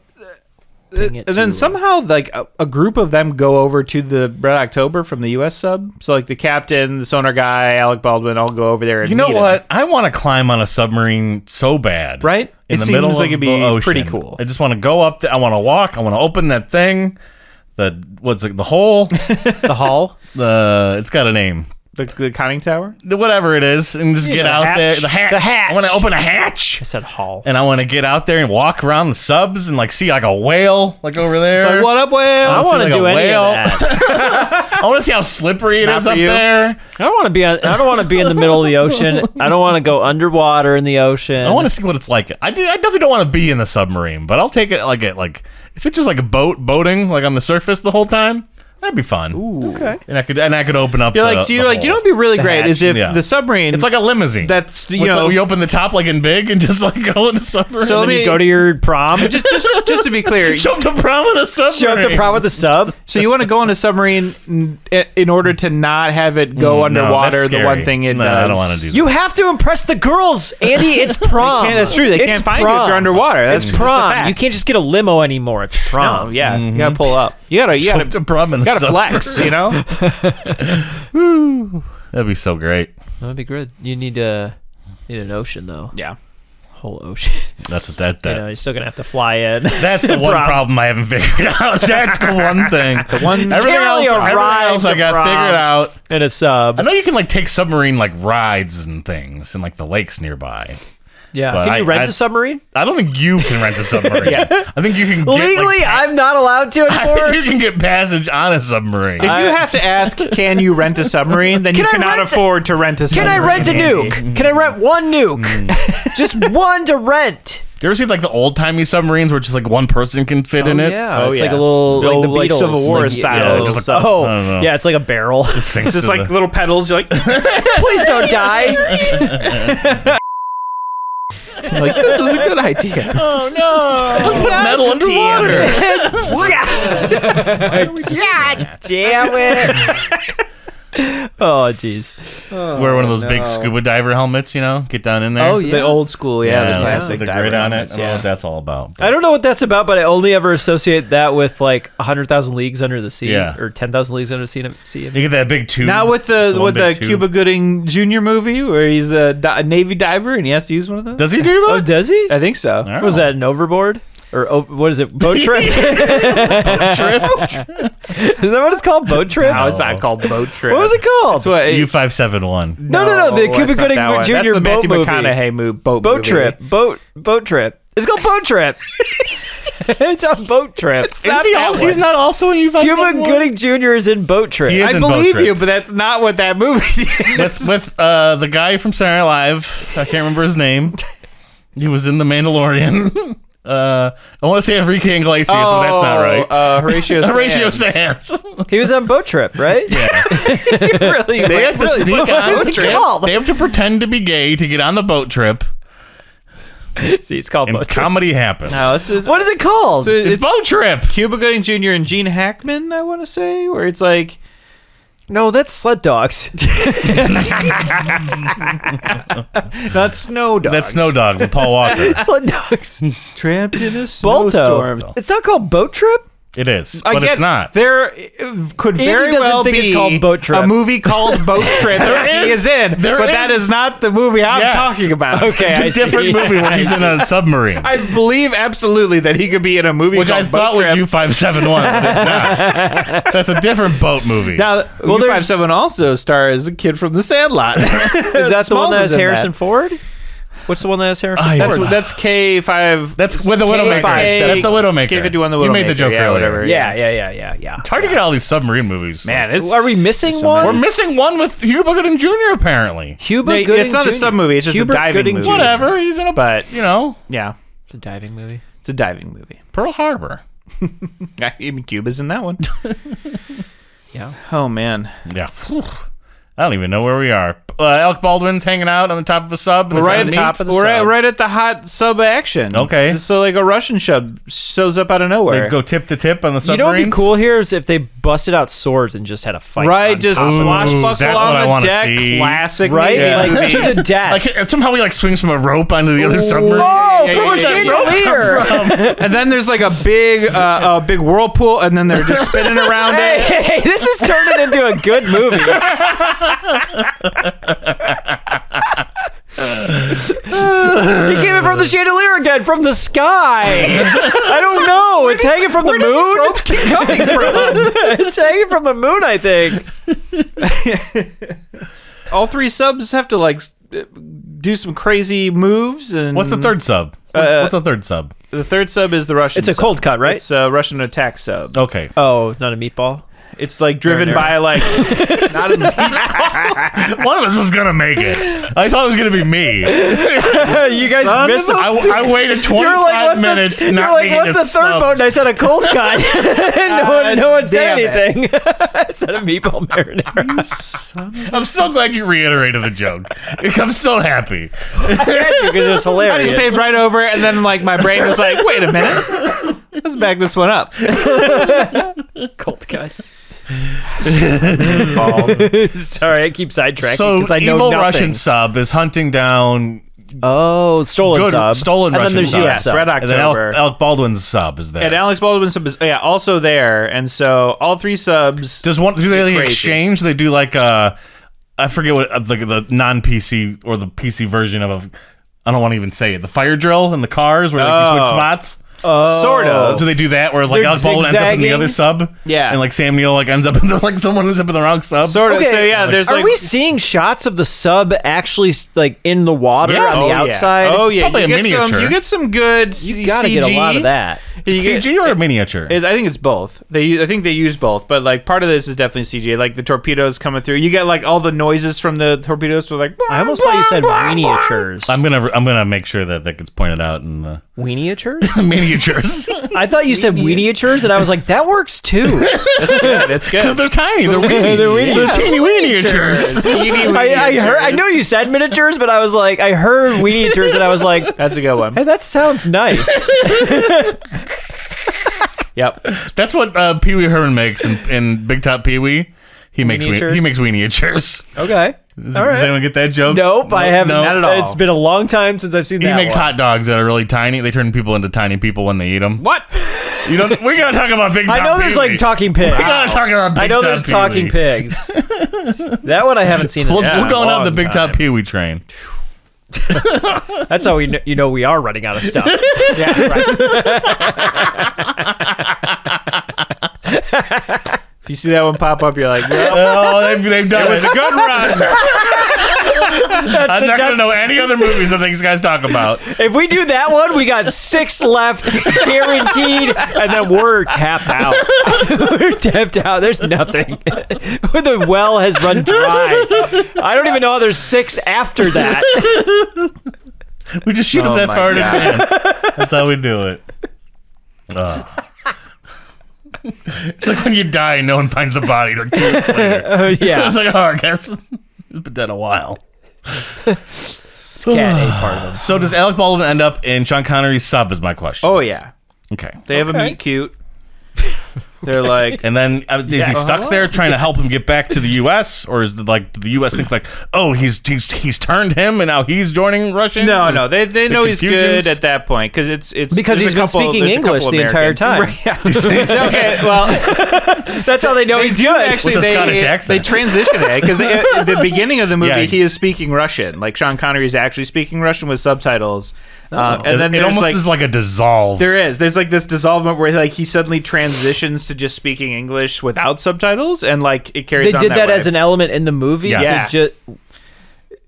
E: Ping it
C: and then
E: to-
C: somehow like a, a group of them go over to the Red October from the U.S. sub. So like the captain, the sonar guy, Alec Baldwin, all go over there. And
B: You know
C: meet him.
B: what? I want to climb on a submarine so bad.
C: Right?
B: In
C: It
B: the
C: seems
B: middle
C: like
B: of
C: it'd
B: the
C: be
B: ocean.
C: pretty cool.
B: I just want to go up. The, I want to walk. I want to open that thing. The what's it, the hole?
E: the hall.
B: the it's got a name.
C: The, the conning tower.
B: The- whatever it is, and just get
E: the
B: out
E: hatch.
B: there. The hatch.
E: The hatch.
B: I want to open a
E: I
B: hatch,
E: said hall.
B: and I want to get out there and walk around the subs and like see like a whale like over there.
C: Like, what up,
B: I
E: I
C: whale?
B: don't
E: want to
B: see, like,
E: do
B: a
E: any
B: whale.
E: of that.
B: I want to see how slippery it
C: Not
B: is
C: for
B: up
C: you.
B: there.
E: I don't want to be. On, I don't want to be in the middle of the
C: [LAUGHS]
E: ocean. I don't want to go underwater in the ocean.
B: I want to see what it's like. I, do, I definitely don't want to be in the submarine, but I'll take it like it like if it's just like a boat boating like on the surface the whole time. That'd be fun. Ooh.
E: Okay.
B: And I could and I could open up.
C: You're
B: the-
C: like so. You're
B: the
C: like you know.
B: hole.
C: What'd be really great
E: hatch.
C: is if
B: Yeah.
C: the submarine.
B: It's like a limousine.
C: that's you
B: With the-
C: know.
B: you open the top like in big and [LAUGHS] just like go in the submarine. and
C: So let
B: then
C: me-
B: you
E: go to your prom.
C: [LAUGHS] just just just to be
E: [LAUGHS]
C: [LAUGHS] clear.
B: jump to prom in a submarine.
E: Show up the prom with the sub.
C: So you want to go on a submarine in, in order to not have it
B: Mm,
C: go
B: no,
C: underwater?
B: that's
C: the
B: scary.
C: one thing it
B: No,
C: does.
B: I don't wanna do that.
E: You have to impress the girls, Andy. It's prom.
C: Yeah, that's true. They
E: It's
C: can't find you if you're
E: prom.
C: underwater. That's
E: It's
C: just a
E: prom.
C: fact.
E: You Mm-hmm. can't just get a limo anymore. It's
C: No,
E: prom.
C: yeah, you gotta pull up. You gotta, you
B: Jump
C: gotta,
B: to prom in a [LAUGHS]
C: you gotta
B: submarine.
C: flex. You know.
B: That'd be so great.
E: that'd be good. You need to need an ocean though.
C: Yeah.
E: Whole ocean. [LAUGHS]
B: That's that that.
E: You know, you're still gonna have to fly in. [LAUGHS]
B: That's the one
E: Prom.
B: problem I haven't figured [LAUGHS] out. That's the one thing. The
C: one-
B: everything
E: Can't
B: else,
E: really
B: everything
E: arrive
B: else I
E: to
B: got
E: prom.
B: figured out.
E: and a sub.
B: I know you can like take submarine like rides and things and like the lakes nearby.
E: Yeah.
B: But
E: Can you
B: I-
E: rent
B: I-
E: a submarine?
B: I don't think you can rent a submarine.
C: [LAUGHS] Yeah.
B: I think you can get, like,
E: Legally, I'm not allowed to
B: [LAUGHS] I think you
E: anymore.
B: can get passage on a submarine.
C: If you have to ask, can you rent a submarine? Then you
E: Can I
C: cannot
E: rent a-
C: afford to rent a
E: Can I
C: submarine.
E: rent a
C: Andy.
E: nuke? Can I rent one nuke? Just one to rent.
B: you ever see like the old timey submarines where just like one person can fit in it?
E: Yeah,
C: Oh,
E: it's
C: yeah.
E: like a little
C: The old,
E: like
C: like,
E: the Beatles,
C: Civil War
E: like,
C: style
E: yeah,
B: just like- I don't
E: oh,
B: know.
E: yeah, it's like a [LAUGHS]
C: [LAUGHS]
E: barrel.
C: It's just like little pedals. You're like, [LAUGHS]
E: Please don't die. [LAUGHS]
C: like this is a good idea.
B: metal
E: [LAUGHS]
B: underwater.
E: God damn it. oh, jeez.
B: Wear one of those big scuba diver helmets, you know? Get down in there.
E: Oh, yeah.
C: The old school, yeah,
B: Yeah,
C: the classic
B: with the
C: diver
B: grid on it.
C: helmets,
B: I don't know
C: Yeah.
B: what that's all about. but-
E: I don't know what that's about, but I only ever associate that with like 100,000 Leagues Under the Sea
B: Yeah.
E: or 10,000 Leagues Under the Sea. sea.
B: you get that big tube.
C: Not with the
B: Just one
C: with the
B: big tube.
C: Cuba Gooding Jr. movie where he's a, di- a Navy diver and he has to use one of those.
B: Does he do
E: Oh,
B: that?
E: does he?
C: I think so.
B: I don't
E: Was
B: know.
E: that an overboard? Or o what is it?
C: [LAUGHS]
E: Boat trip? [LAUGHS] Isn't
B: [LAUGHS]
E: that what it's called? Boat trip?
C: No, Oh, it's not called boat trip.
E: What was it called?
C: That's what
B: U five seven one?
E: No, no, no, the Cuba
C: it's not
E: Gooding
C: that one.
E: Jr.
C: That's the Matthew
E: boat movie.
C: McConaughey mo- boat
E: boat
C: movie.
E: trip. Boat boat trip. It's called boat
C: [LAUGHS]
E: trip. it's a boat trip.
B: He's not also in U five
E: Cuba Gooding Jr. is in boat trip.
B: He is
C: I
B: in boat
C: believe
B: trip.
C: you, but that's not what that movie [LAUGHS] is.
B: with with uh, the guy from Saturday Night Live. I can't remember his name. He was in The Mandalorian. [LAUGHS] Uh, I want to say Enrique Iglesias, but that's not right.
C: Uh, Horatio
B: [LAUGHS]
C: Sands.
B: Horatio
C: [LAUGHS]
B: Sands.
E: He was on boat trip, right? [LAUGHS]
C: really?
B: they have to
C: really
B: sneak
C: put
B: on.
C: boat
B: they
C: trip.
B: have- They
C: [LAUGHS]
B: have to pretend to be gay to get on the boat trip,
E: See, it's called
B: and
E: boat trip.
B: comedy happens.
C: No, this is
E: What is it called?
C: so
B: It's,
C: it's,
B: boat trip.
C: Cuba Gooding Jr. and Gene Hackman. I want to say where it's like
E: no, that's sled
C: [LAUGHS]
E: dogs.
C: not snow dogs.
B: That's Snow Dog
C: [LAUGHS]
B: with Paul Walker.
E: sled dogs.
C: Trapped in a
E: Balto.
C: snowstorm. [LAUGHS]
E: It's not called boat trip.
B: It is, but it's not.
C: There uh, could very
E: doesn't
C: well
E: think
C: be
E: it's called Boat Trip.
C: a movie
B: [LAUGHS]
C: called Boat Trip that he
B: is-
C: is in,
B: there
C: but that
B: is.
C: is not the movie I'm
B: Yes.
C: talking about.
E: Okay, I
B: it's a
E: see.
B: different movie where he's in a submarine,
C: [LAUGHS] I believe absolutely that he could be in a movie
B: which
C: called
B: I thought
C: Boat
B: was
C: Trip.
B: U five seven one.
C: [LAUGHS]
B: That's a different boat movie.
C: now, well, there's someone also stars the kid from
B: [LAUGHS]
C: The Sandlot. [LAUGHS]
E: Is that the one
C: Smalls
E: that
C: is
E: has
C: in
E: Harrison
C: that.
E: Ford? What's the one that has Harrison
B: I-
E: Ford?
C: That's that's K five.
B: That's with the
C: K
B: Widowmaker.
C: five,
B: That's the Widowmaker.
C: K fifty one. The Widowmaker.
B: You made the joke
C: yeah,
B: earlier.
C: Whatever.
E: yeah, yeah, yeah, yeah, yeah.
B: it's hard to get all these submarine movies.
C: man, it's
E: Are we missing
C: so
E: one?
B: we're missing one with Hugh Gooding Jr. Apparently,
E: Cuba
C: No,
E: Gooding
C: it's not a
E: Jr.
C: sub movie, it's just a
E: Cuba
C: diving
E: Gooding
C: movie.
E: Jr.
B: whatever he's in a,
C: But-
B: you know,
C: Yeah,
E: It's a diving movie.
C: it's a diving movie.
B: Pearl Harbor.
C: [LAUGHS] I mean, Cuba's
B: [LAUGHS]
C: in that one.
E: Yeah.
C: Oh man.
B: Yeah. Phew. I don't even know where we are. Uh, Alec Baldwin's hanging out on the top of a sub. and
C: We're
B: it's
C: right,
B: on
C: at,
B: the top of the
C: we're at-
B: sub.
C: right at the hot sub action.
B: Okay.
C: So like a Russian sub shows up out of
B: They
C: nowhere.
B: go tip to tip on the
E: You know
B: submarines.
E: what'd be cool here is if they busted out swords and just had a fight.
C: right,
E: on
C: just
E: top of it.
B: Ooh, that's
C: swashbuckle
B: what I
C: on
B: wanna
C: the deck.
B: see.
C: Classic
E: right,
C: Navy
B: [LAUGHS]
E: like
C: movie.
E: to the death.
B: Like it- somehow he like swings from a rope onto the other submarine.
E: oh,
C: yeah,
E: from
C: yeah,
E: a
C: yeah, yeah.
E: chandelier. [LAUGHS]
C: and then there's like a big, uh, a big whirlpool, and then they're just spinning around it.
E: Hey, hey, this is turning into a good [LAUGHS] movie. he came in from the chandelier again, from the sky. I don't know. It's hanging from the moon.
C: Coming [LAUGHS] from
E: [LAUGHS] It's hanging from the moon, I think.
C: all three subs have to like s- uh, do some crazy moves. And
B: What's the third sub? What's,
C: Uh,
B: what's the third sub?
C: The third sub is the Russian.
E: It's a
C: sub.
E: cold cut, right?
C: It's a Russian attack
E: [LAUGHS]
C: sub.
B: Okay.
E: oh, not a meatball.
C: It's like driven by like not a
B: One of us was gonna make it. I thought it was gonna be me. I,
E: [LAUGHS] you guys missed the
B: I waited 25
E: You're like, what's
B: minutes.
E: the,
B: not
E: you're like,
B: making
E: what's the third
B: sub.
E: boat? And I said a cold cut. [LAUGHS] and no one, no one said
C: damn it.
E: anything. [LAUGHS] I said a meatball marinara.
B: I'm so glad you reiterated the joke. [LAUGHS] I'm so happy.
E: Because it [LAUGHS] was
C: I
E: hilarious.
C: just paid right over, it, and then like my brain was like, "Wait a minute, let's back this one up."
E: cold cut. [LAUGHS] Sorry, I keep sidetracking
B: So
E: because I know
B: evil
E: nothing.
B: Russian sub is hunting down
E: oh, stolen
B: good
E: sub.
B: stolen
E: and
B: Russian
E: then there's
B: sub.
E: U.S. sub.
C: Red October.
B: And then Alec, Alec Baldwin's sub is there.
C: And Alex Baldwin's sub is yeah also there, and so all three subs.
B: Does one do they
C: Crazy.
B: exchange? They do like uh I forget what uh, the the non PC or the PC version of I don't want to even say it. The fire drill in the cars where like, you switch
C: Oh.
B: spots.
E: Oh.
C: sort of.
B: Do they do that? Whereas like
E: They're
B: Alec Baldwin ends up in the
E: zigzagging?
B: other sub,
C: Yeah.
B: and like Sam Neill like ends up in the, like someone ends up in the wrong sub.
C: Sort of.
E: Okay.
C: So yeah, there's
E: Are
C: like
E: we seeing shots of the sub actually like in the water
B: Yeah.
E: on the
C: oh,
E: outside?
C: Yeah. Oh yeah,
B: Probably
C: you
B: a
C: get
B: miniature.
C: some. You get some good.
E: you gotta
C: CG.
E: get a lot of that.
C: You get-
B: CG or a miniature?
C: It, I think it's both. They, I think they use both, but like part of this is definitely CG. Like the torpedoes coming through, you get like all the noises from the torpedoes. Were like
E: I almost thought you said miniatures.
B: I'm gonna I'm gonna make sure that that gets pointed out in
E: [LAUGHS]
B: the
E: Miniatures?
B: miniatures [LAUGHS]
E: I thought you said miniatures, and I was like, that works [LAUGHS] too. [LAUGHS]
C: that's good.
B: because they're tiny. They're weeny. they're, teeny miniatures.
E: I, I heard. I know you said miniatures, but I was like, I heard miniatures, and I was like,
C: That's a
E: [LAUGHS]
C: good one.
E: hey, that sounds nice.
C: Yep.
B: That's what uh, Pee Wee Herman makes in, in Big Top Pee Wee. He makes we,
E: Miniatures.
B: he makes miniatures.
E: Okay.
B: Does,
E: [LAUGHS] All
B: does
E: right.
B: anyone get that joke?
E: Nope, I haven't.
B: no.
E: Not at all. It's been a long time since I've seen
B: He
E: that.
B: makes
E: one.
B: hot dogs that are really tiny. They turn people into tiny people when they eat them.
C: What?
B: You don't. We gotta talk about Big Top.
E: I know there's
B: Pee-wee.
E: like talking pigs.
B: We gotta talk about Big
E: I know
B: Top
E: there's
B: Pee-wee.
E: talking pigs. that one I haven't seen. in
B: We'll,
E: a
B: we're going on the
E: long
B: Big
E: time.
B: Top Pee Wee
E: [LAUGHS]
B: train.
E: That's how we kn- you know we are running out of
C: [LAUGHS]
E: stuff.
C: Yeah. if you see that one pop up, you're like,
E: [LAUGHS]
C: yeah,
B: oh, they've, they've done it.
C: it's a good run.
B: I'm not gonna know any other movies that these guys talk
E: [LAUGHS]
B: about.
E: if we do that one, we got six left guaranteed, and then we're tapped out. [LAUGHS] we're tapped out. There's nothing. [LAUGHS] the well has run dry. I don't even know how there's six after that. [LAUGHS]
B: We just shoot
C: Oh
B: them that
C: my
B: far in
C: God.
B: advance. [LAUGHS] That's how we do it. Ugh. [LAUGHS] it's like when you die and no one finds the body like two weeks later.
E: Oh, yeah,
B: [LAUGHS] It's like, oh, I guess it's been dead a while.
C: [LAUGHS]
E: it's cat A part of us.
B: So does Alec Baldwin end up in Sean Connery's sub? Is my question.
C: Oh yeah,
B: okay.
C: they have a meet cute. They're like,
B: And then uh, is he stuck there trying to help him get back to the U.S. or is it like the U.S. think like, oh, he's he's, he's turned him and now he's joining Russians?
C: no, no, they they
B: The
C: know he's
B: confusions?
C: good at that point because it's it's
E: Because
C: there's
E: he's
C: a
E: been
C: couple-
E: speaking
C: there's a couple
E: English the entire
C: Americans.
E: time.
C: [LAUGHS] Right. [LAUGHS] okay, well,
E: That's how they know
C: they
E: he's
C: do
E: good.
C: actually.
B: With a
C: they
B: Scottish
C: they
B: accent.
C: transition it because at the beginning of the movie
B: Yeah.
C: he is speaking Russian. Like Sean Connery is actually speaking Russian with subtitles, uh,
B: and
C: and then
B: Oh. it,
C: there's
B: almost
C: like
B: is like a dissolve.
C: There is. There's like this dissolvement where like he suddenly transitions to just speaking English without subtitles, and like it carries.
E: They
C: on
E: did that,
C: way.
E: as an element in the movie.
B: Yeah.
E: to
C: Yeah.
E: ju-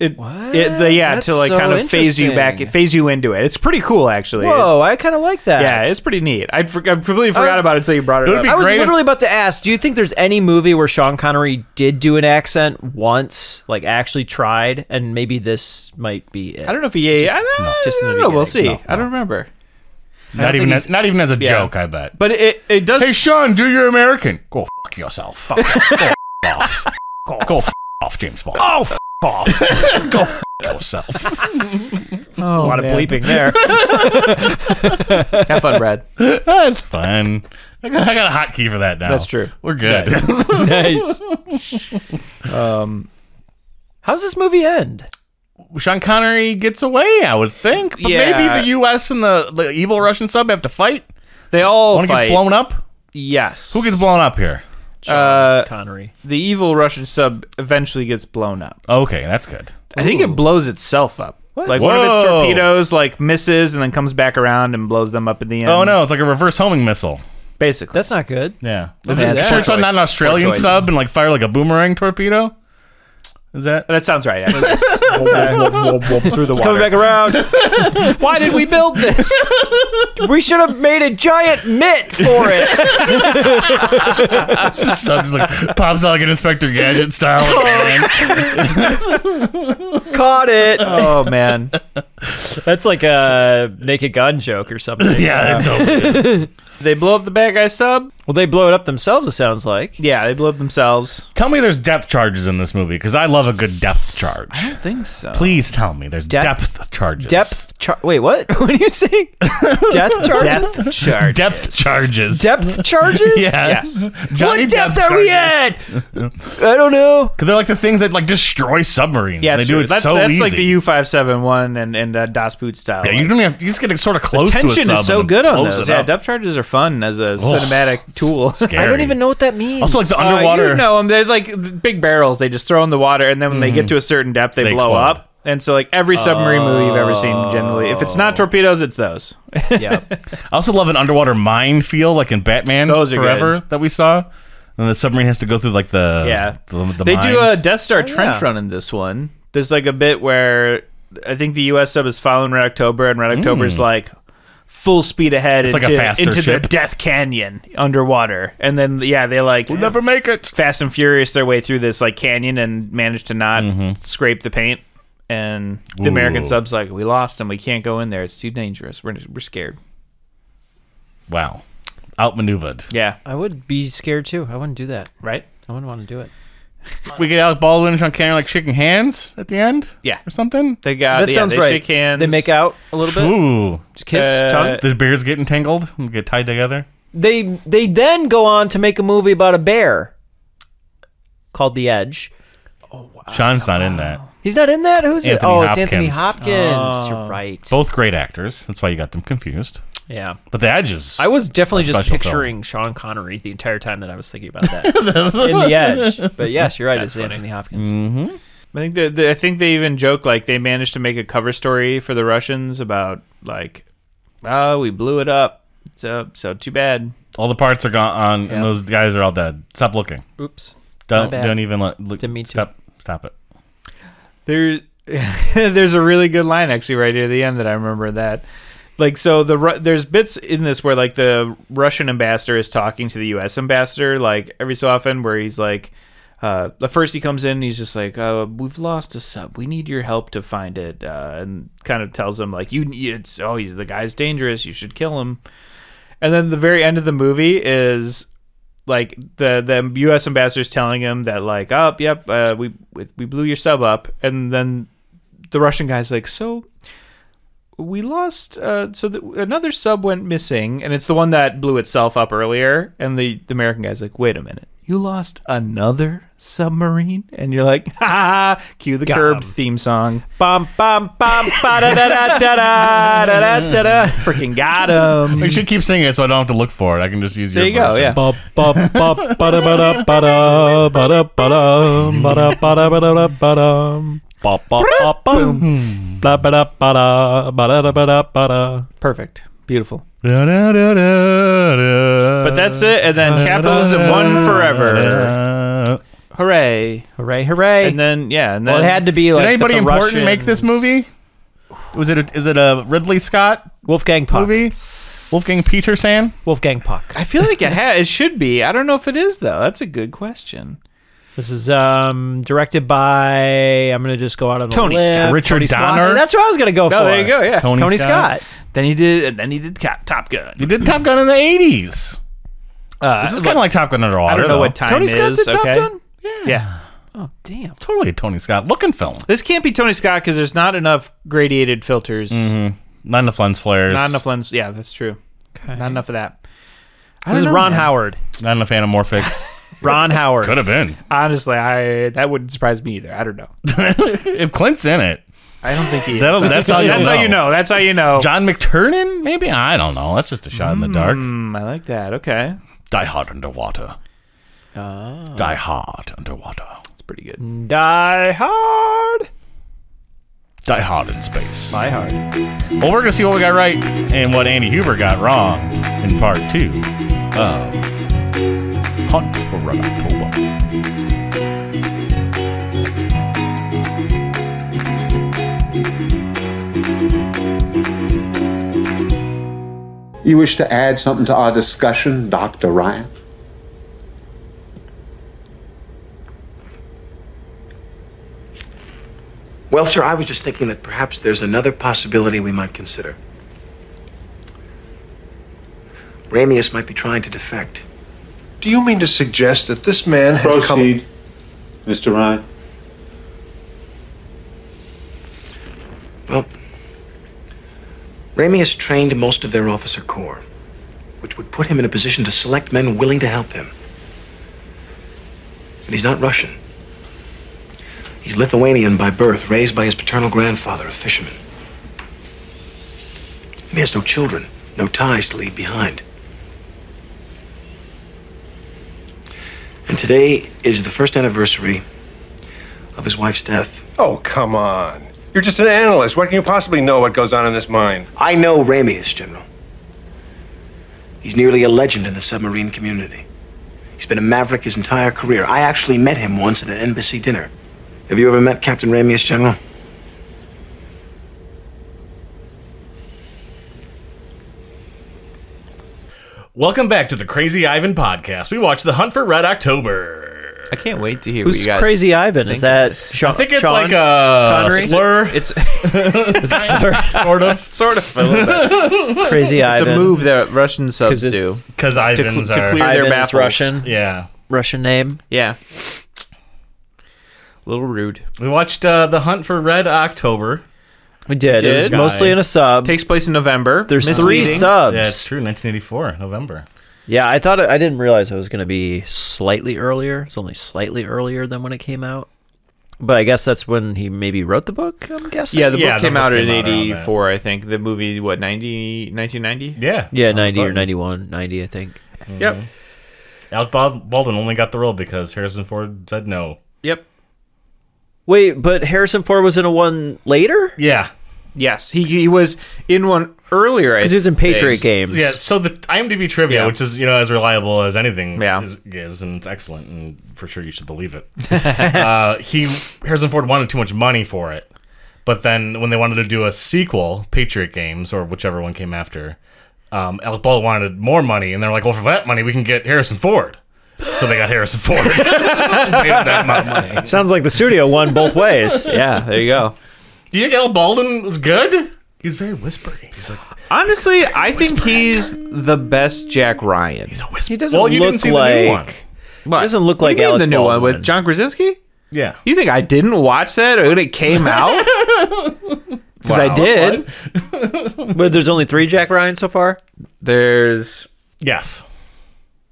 C: It, it- the- yeah,
E: That's
C: to like
E: so
C: kind of phase you back,
E: interesting.
C: phase you into it. It's pretty cool, actually.
E: whoa,
C: It's-
E: I kind of like that.
C: yeah, it's pretty neat. I, for, I completely forgot
E: was-
C: about it until you brought it,
B: It would
C: up.
B: be
E: I was
B: great if-
E: literally about to ask, do you think there's any movie where Sean Connery did do an accent once, like actually tried, and maybe this might be it?
C: I don't know if he. I, don't-
E: Just in
C: I
E: the
C: don't
B: E
C: know. We'll see.
E: beginning.
C: I don't remember.
B: not even
C: think
B: as, not even as a
C: yeah.
B: joke. I bet.
C: But it it does.
B: Hey, Sean, do your American. Go fuck yourself. [LAUGHS] Fuck yourself. Go f- off. Go, go f- off, James Bond. Oh, f- off. [LAUGHS] go f- yourself.
E: a lot of bleeping there.
C: have fun, Brad.
B: That's fine. I got, I got a hotkey for that now.
C: That's true.
B: We're good.
E: [LAUGHS] nice.
C: Um,
E: How's this movie end?
B: [LAUGHS] Sean Connery gets away, I would think. But
C: Yeah.
B: maybe the U.S. and the, the evil Russian sub have to fight.
C: they all
B: One
C: fight.
B: gets blown up.
C: Yes.
B: Who gets blown up here?
C: Uh,
E: Connery.
C: the evil Russian sub eventually gets blown up.
B: Okay, that's good.
C: I think it blows itself up. Like one of its
B: Whoa.
C: torpedoes like misses and then comes back around and blows them up in the end.
B: Oh no, it's like a reverse homing missile.
C: Basically,
E: That's not good.
B: Yeah, is
C: Yeah,
B: it
C: that's
B: sure
C: poor
B: it's not
C: choice.
B: an
C: Poor
B: Australian
C: choice.
B: sub and like fire like a boomerang torpedo? Is that [LAUGHS]
C: that sounds right. actually. [LAUGHS] through the
E: Coming
C: water.
E: back around.
C: Why did we build [LAUGHS] this?
E: we should have made a giant mitt for it.
B: the sub just
C: [LAUGHS]
B: like pops out like an Inspector Gadget style? Like,
E: Caught it.
C: oh man,
E: That's like a naked gun joke or
C: [LAUGHS]
B: [LAUGHS]
E: something. Uh,
B: yeah, it totally is.
C: they blow up the bad guy sub.
E: Well, they blow it up themselves. It sounds like.
C: Yeah, they blow up themselves.
B: Tell me there's depth charges in this movie because I love a good depth charge.
C: I think so.
B: Please tell me there's
E: Depth-
B: depth, charges.
E: Depth. Char- Wait, what? [LAUGHS] what do you say?
C: [LAUGHS]
E: Death charge.
C: Death charge.
B: Depth charges.
E: Depth
C: [LAUGHS]
E: charges.
B: Yeah. [LAUGHS]
C: Yes.
B: Johnny
E: what depth are we
B: charges.
E: at?
C: [LAUGHS]
E: I don't know.
B: Because they're like the things that like destroy submarines.
C: Yeah,
B: they
C: it's
B: do
C: true.
B: it
C: that's,
B: so
C: that's
B: easy.
C: like the U five seven one and and uh, Das Boot style.
B: yeah, you
C: Like,
B: don't even have, you just get sort of close to a
C: tension
B: sub
C: is so
B: and
C: good on
B: blows
C: those.
B: it
C: Yeah,
B: up.
C: depth charges are fun as a cinematic tool. [LAUGHS]
B: Scary.
E: I don't even know what that means.
B: Also, like the
C: Uh,
B: underwater.
C: you know 'em. They're like th- big barrels. They just throw in the water, and then when they get to a certain depth, they,
B: Mm. They
C: blow
B: explode.
C: up. And so, like every submarine movie you've ever seen, generally, if it's
B: Oh.
C: not torpedoes, it's those. [LAUGHS]
E: yeah.
B: I also love an underwater mine feel, like in Batman
C: Those are
B: Forever that we saw. And the submarine has to go through like the
C: yeah,
B: the, the
C: they do uh, a
B: mines.
C: Death Star trench
E: Oh, yeah.
C: run in this one. There's like a bit where I think the U.S. sub is following Red October, and Red October's like full speed ahead
B: Mm. like a
C: into,
B: faster
C: into the
B: ship.
C: Death Canyon underwater, and then yeah, they like
B: We'll never make it.
C: Fast and Furious their way through this like canyon and manage to not scrape the paint. And the American
B: Ooh.
C: subs like, we lost him. We can't go in there. It's too dangerous. We're we're scared.
B: Wow, outmaneuvered.
C: Yeah,
E: I would be scared too. I wouldn't do that.
C: right.
E: I wouldn't want to do it.
B: We get Alec Baldwin and Sean Connery like shaking hands at the end.
C: Yeah.
B: or something.
C: They got
E: that
C: Uh, yeah,
E: sounds
C: they
E: right.
C: Shake hands.
E: They make out a little bit.
B: Ooh,
E: Just kiss,
C: Uh,
E: tongue.
B: the beards get entangled and get tied together.
E: They they then go on to make a movie about a bear called The Edge.
B: Sean's not in that.
E: He's not in that. Who's it?
B: Anthony
E: Oh, it's Anthony
B: Hopkins.
E: Hopkins. You're right.
B: Both great actors. That's why you got them confused.
E: Yeah.
B: But the edges.
E: I was definitely just
B: special
E: picturing Sean Connery the entire time that I was thinking about [LAUGHS] that in The Edge. [LAUGHS] But yes, you're right. it's Anthony Hopkins.
C: I think they, they, I think they even joke like they managed to make a cover story for the Russians about like, oh, we blew it up. So so too bad.
B: all the parts are gone, and those guys are all dead. Stop looking.
E: Oops.
B: Don't
E: bad.
B: don't even let, look.
E: Didn't mean to.
B: stop stop it.
C: There, [LAUGHS] there's a really good line actually right near the end that I remember that. Like so, the Ru- there's bits in this where like the Russian ambassador is talking to the U.S. ambassador like every so often where he's like, uh, the first he comes in and he's just like, oh, we've lost a sub. We need your help to find it, uh, and kind of tells him like, you, it's oh, he's the guy's dangerous. You should kill him. And then the very end of the movie is like the the U.S. ambassador's telling him that like, oh, yep, uh, we we blew your sub up, and then the Russian guy's like, so we lost. Uh, so the, another sub went missing, and it's the one that blew itself up earlier. And the, the American guy's like, "Wait a minute, you lost another submarine?" And you're like, [LAUGHS] "Ha! ha, Cue the curb theme song.
E: Bum, bum, bum, ba da da da da da da da da.
C: Freaking got him."
B: You should keep singing it so I don't have to look for it. I can just use your
C: There you go.
B: version.
C: Yeah.
E: Ba ba ba ba da ba da ba da ba da ba da ba da ba da ba da ba da. Ba ba ba boom. Ba ba da ba da ba da da ba da ba da.
C: Perfect. Beautiful. But
B: But
C: that's it. And then capitalism
E: [LAUGHS]
C: won forever. Hooray!
E: Hooray! Hooray!
C: And then yeah, and then
E: well, it had to be like
B: Did
E: that
B: anybody
E: the
B: important
E: Russians,
B: make this movie? Was it a, is it a Ridley Scott
E: Wolfgang Puck.
B: movie? Wolfgang Peterson?
E: Wolfgang Puck.
C: I feel like it ha- it should be. I don't know if it is though. That's a good question.
E: This is um directed by. I'm gonna just go out on
C: Tony
E: a limb.
C: Scott.
B: Richard
E: Tony Scott.
B: Donner.
E: That's what I was gonna go for.
C: Oh, there you go. Yeah.
B: Tony,
E: Tony
B: Scott.
E: Scott.
C: Then he did. And then he did Cap- Top Gun.
B: He did Top Gun in the 80s.
C: Uh,
B: This is kind of like Top Gun underwater.
C: I don't know
B: though.
C: what time
E: Tony
C: is.
E: Scott did Top
C: okay?
E: Gun.
C: Yeah.
E: Damn.
B: Totally a Tony Scott looking film.
C: This can't be Tony Scott because there's not enough gradiated filters.
B: Not enough lens flares.
C: Not enough lens. Yeah, that's true. Not enough of that. I
E: This is
C: don't know,
E: Ron
C: man.
E: Howard.
B: Not enough [LAUGHS] anamorphic.
E: Ron Howard.
B: Could have been.
C: Honestly, I that wouldn't surprise me either. I don't know.
B: if Clint's in it,
C: I don't think he.
B: that'll, that's how you
C: [LAUGHS] that's
B: know.
C: how you know. That's how you know.
B: John McTurnan? Maybe I don't know. That's just a shot in the dark.
C: Hmm, I like that. Okay,
B: Die Hard underwater. Die Hard underwater.
C: that's pretty good.
E: Die Hard.
B: Die Hard in space.
C: My heart.
B: Well, we're gonna see what we got right and what Andy Huber got wrong in part two of Hunt for Red October.
F: You wish to add something to our discussion, Dr. Ryan?
G: Well, sir, I was just thinking that perhaps there's another possibility we might consider. Ramius might be trying to defect.
H: Do you mean to suggest that this man has come?
F: Proceed, Mr. Ryan.
G: Well, Ramius trained most of their officer corps, which would put him in a position to select men willing to help him. And he's not Russian. He's Lithuanian by birth, raised by his paternal grandfather, a fisherman. And he has no children, no ties to leave behind. And today is the first anniversary of his wife's death.
H: Oh, come on. You're just an analyst. What can you possibly know what goes on in this mine?
G: I know Ramius, General. He's nearly a legend in the submarine community. He's been a maverick his entire career. I actually met him once at an embassy dinner. Have you ever met Captain Ramius, General?
B: Welcome back to the Crazy Ivan podcast. We watched The Hunt for Red October.
I: I can't wait to hear what
E: Who's
I: you guys.
E: Crazy Ivan? Is that
B: I think it's
I: Uh, Sean
B: like a
I: Connery?
B: slur,
I: It's
B: sort of,
I: sort of a little bit.
E: Crazy
I: It's
E: Ivan?
I: a move that Russian subs
E: 'Cause it's-
I: do.
B: because Ivans
I: to
B: are.
I: clear-
E: Ivan
I: their
E: is
I: baffles.
E: Russian.
B: yeah,
E: Russian name.
I: Yeah. A little rude.
B: we watched uh, The Hunt for Red October.
E: We did. It was
I: did.
E: mostly in a sub.
I: Takes place in November.
E: There's three
I: Misleading.
E: subs.
B: Yeah, it's true. 1984, November.
E: Yeah, I thought it, I didn't realize it was going to be slightly earlier. It's only slightly earlier than when it came out. But I guess that's when he maybe wrote the book. I'm guessing.
I: Yeah, the
B: Yeah,
I: book
B: the
I: came
B: book
I: out
B: came
I: in
B: out around that.
I: 84, I think. The movie, what, 90, 1990?
B: Yeah,
E: yeah, ninety or 91, 90, I think.
I: Yep.
B: Alec Bald- Baldwin only got the role because Harrison Ford said no.
I: Yep.
E: Wait, but Harrison Ford was in a one later
B: Yeah,
I: Yes. He, he was in one earlier.
E: because he was in Patriot Games.
B: Yeah, so the IMDb trivia,
I: Yeah.
B: which is you know as reliable as anything,
I: Yeah.
B: is, is, and it's excellent, and for sure you should believe it. uh, he Harrison Ford wanted too much money for it, but then when they wanted to do a sequel, Patriot Games or whichever one came after, um, Alec Baldwin wanted more money, and they're like, well, for that money we can get Harrison Ford. So they got Harrison Ford. [LAUGHS] Paid him that amount of money.
E: Sounds like the studio won both ways.
I: [LAUGHS] Yeah, there you go.
B: Do you think Alec Baldwin was good? He's very whispery. He's like
I: Honestly, I think he's the best Jack Ryan.
B: a whisper.
E: He doesn't
B: well, you
E: look
B: didn't see the new one.
E: like-
I: What?
E: doesn't look
I: What do
E: like
I: you mean
E: Alec
I: the new one
E: Baldwin.
I: with John Krasinski.
B: Yeah. [LAUGHS]
I: You think I didn't watch that when it came out?
J: Because I did.
E: [LAUGHS] But there's only three Jack Ryan so far.
C: There's
B: Yes.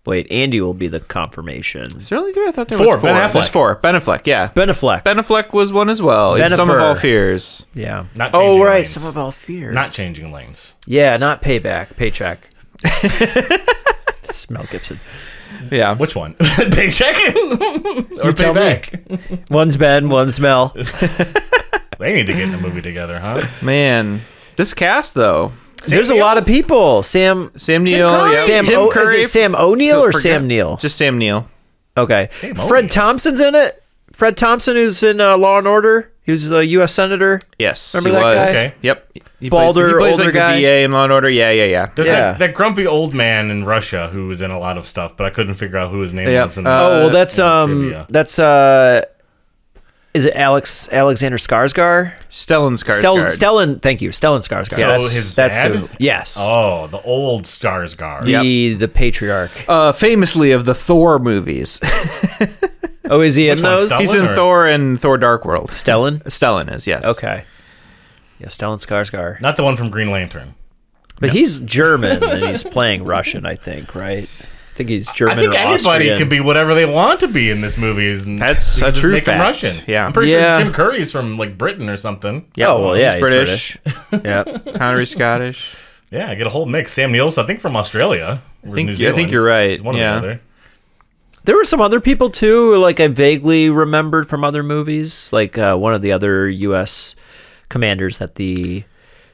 E: Wait, Andy will be the confirmation.
C: is there only three? I thought there
B: Four,
C: was four.
B: Ben Affleck.
C: There's four. Ben Affleck. Yeah.
E: Ben Affleck.
C: Ben Affleck was one as well. In Some of
E: Benifer.
C: All Fears.
E: yeah.
B: Not
E: oh
B: changing
E: right,
B: lanes.
E: some of all fears.
B: Not changing lanes.
E: Yeah, not payback.
C: [LAUGHS]
E: Paycheck. It's Mel Gibson.
C: Yeah.
B: Which one? [LAUGHS] Paycheck or
E: tell me.
B: payback?
E: One's Ben, one's Mel.
B: They need to get in a movie together, huh?
C: Man, this cast though.
E: There's a lot of people. Sam.
C: Sam Neill. yeah.
E: Sam.
C: Tim
E: O-
C: Curry.
E: Is it Sam O'Neill
C: Don't
E: or
C: forget-
E: Sam Neill?
C: Just Sam Neill.
E: Okay.
B: O'Neill.
E: Fred Thompson's in it. Fred Thompson, who's in uh, Law and Order. He was a U.S. senator.
C: Yes,
E: Remember
C: he
E: that
C: was.
E: guy?
B: Okay.
C: Yep. He
E: Balder,
C: plays, he plays
E: older
C: like
E: guy?
C: the DA in Law and Order. Yeah, yeah, yeah.
B: There's
E: Yeah.
B: that, that grumpy old man in Russia who was in a lot of stuff, but I couldn't figure out who his name
C: Yeah,
B: was. In
C: uh,
E: Oh well, that's um,
B: trivia.
E: that's uh, is it Alex Alexander Skarsgård?
C: Stellan Skarsgård.
E: Stel- Stellan, thank you, Stellan Skarsgård.
C: So
E: that's
B: his
E: that's
B: dad?
E: who. Yes,
B: oh, the old stars guard.
E: the the patriarch.
C: uh, famously of the Thor movies. [LAUGHS]
E: Oh, is he in
B: one,
E: those?
B: Stellan?
C: He's in
B: or-
C: Thor and Thor Dark World.
E: Stellan.
C: Stellan is, yes.
E: Okay. Yeah, Stellan Skarsgård.
B: Not the one from Green Lantern.
E: But he's German and he's playing Russian, I think, right? I think he's German
B: I think
E: or
B: anybody
E: Austrian.
B: can be whatever they want to be in this movie. Isn't
C: That's
B: they
C: a
B: just
C: true
B: make 'em
C: fact.
B: Russian.
C: Yeah.
B: I'm pretty
E: Yeah.
B: sure Tim Curry's from like Britain or something.
C: Yeah,
E: Oh, well, yeah,
C: he's
E: he's
C: British.
E: Yeah.
B: [LAUGHS]
C: Connery Scottish.
B: Yeah, I get a whole mix. Sam Neill's, I think, from Australia. I
C: think- I think you're right,
B: One or the
C: yeah.
B: other.
E: [LAUGHS] There were some other people too, like I vaguely remembered from other movies, like uh, one of the other U.S. commanders that the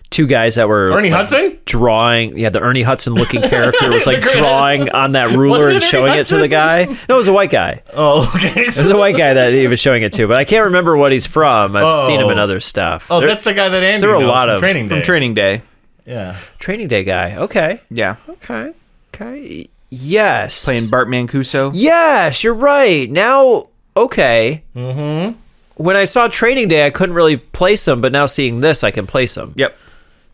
E: two guys that were
B: Ernie
E: like,
B: Hudson?
E: drawing. Yeah, the Ernie
B: [LAUGHS]
E: Hudson looking character was like drawing on that ruler
B: Wasn't it
E: and
B: Ernie
E: showing it to the
B: Hudson?
E: guy. No, it was a white guy.
B: Oh, [LAUGHS] okay.
E: It was a white guy that he was showing it to, but I can't remember what he's from. I've seen him in
B: Oh.
E: other stuff.
B: oh,
E: There-
B: that's the guy that Andy
E: there were a
B: knows
E: lot
B: from
E: of-
B: Training
C: From
B: Day.
C: Training Day.
B: Yeah.
E: Training Day guy. Okay.
C: Yeah.
E: Okay. Okay. Yes.
C: Playing Bart Mancuso.
E: Yes, you're right. Now, okay. Mm-hmm. When I saw Training Day, I couldn't really place them, but now seeing this, I can place them.
C: Yep.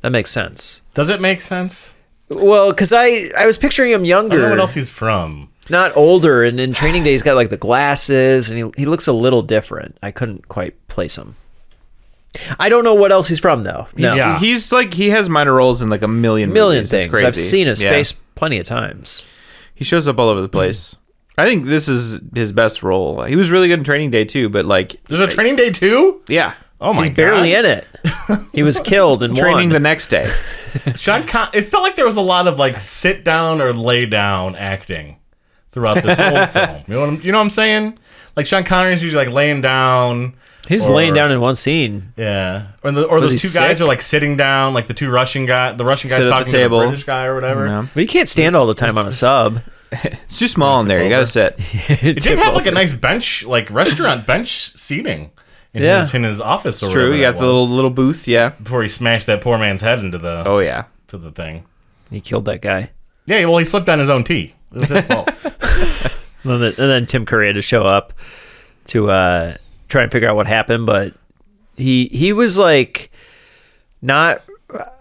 E: That makes sense.
B: Does it make sense?
E: Well, because I I was picturing him
B: I don't know
E: younger,
B: what else he's from.
E: not older. And in Training Day, he's got like the glasses, and he he looks a little different. I couldn't quite place him. I don't know what else he's from though. No,
B: Yeah.
C: He's like, he has minor roles in like a million
E: million
C: movies. It's
E: things. I've
C: crazy.
E: seen his
C: Yeah.
E: face plenty of times.
C: He shows up all over the place. I think this is his best role. He was really good in Training Day too, but like,
B: There's a Training Day too?
C: yeah,
B: Oh my
E: He's barely in it. He was killed in one.
C: training the next day.
B: [LAUGHS] Sean Con- it felt like there was a lot of like sit down or lay down acting throughout this [LAUGHS] whole film. You know what I'm, you know what I'm saying? Like Sean Connery's usually like laying down.
E: He's
B: or-
E: laying down in one scene.
B: Yeah. Or the, or
E: Was
B: those
E: he
B: two guys
E: sick?
B: are like sitting down, like the two Russian guy, the Russian
C: Sit
B: guy's
C: at the
B: talking to the
C: table.
B: British guy or whatever.
C: No.
E: But you can't stand all the time on a sub.
C: It's too small in there. You
B: [LAUGHS]
C: gotta sit.
B: It
C: Mm-hmm.
B: did have like a nice bench, like
C: [LAUGHS]
B: restaurant bench seating in,
E: Yeah.
B: his, in his office. Or
C: True.
B: whatever
C: You
B: that
C: got the
B: was,
C: little little booth. Yeah.
B: before he smashed that poor man's head into the
C: Oh yeah.
B: to the thing.
E: He killed that guy.
B: Yeah, well, he slipped on his own tee. It was his
C: [LAUGHS]
B: fault.
E: And then, and then Tim Curry had to show up to uh, try and figure out what happened, but he he was like not.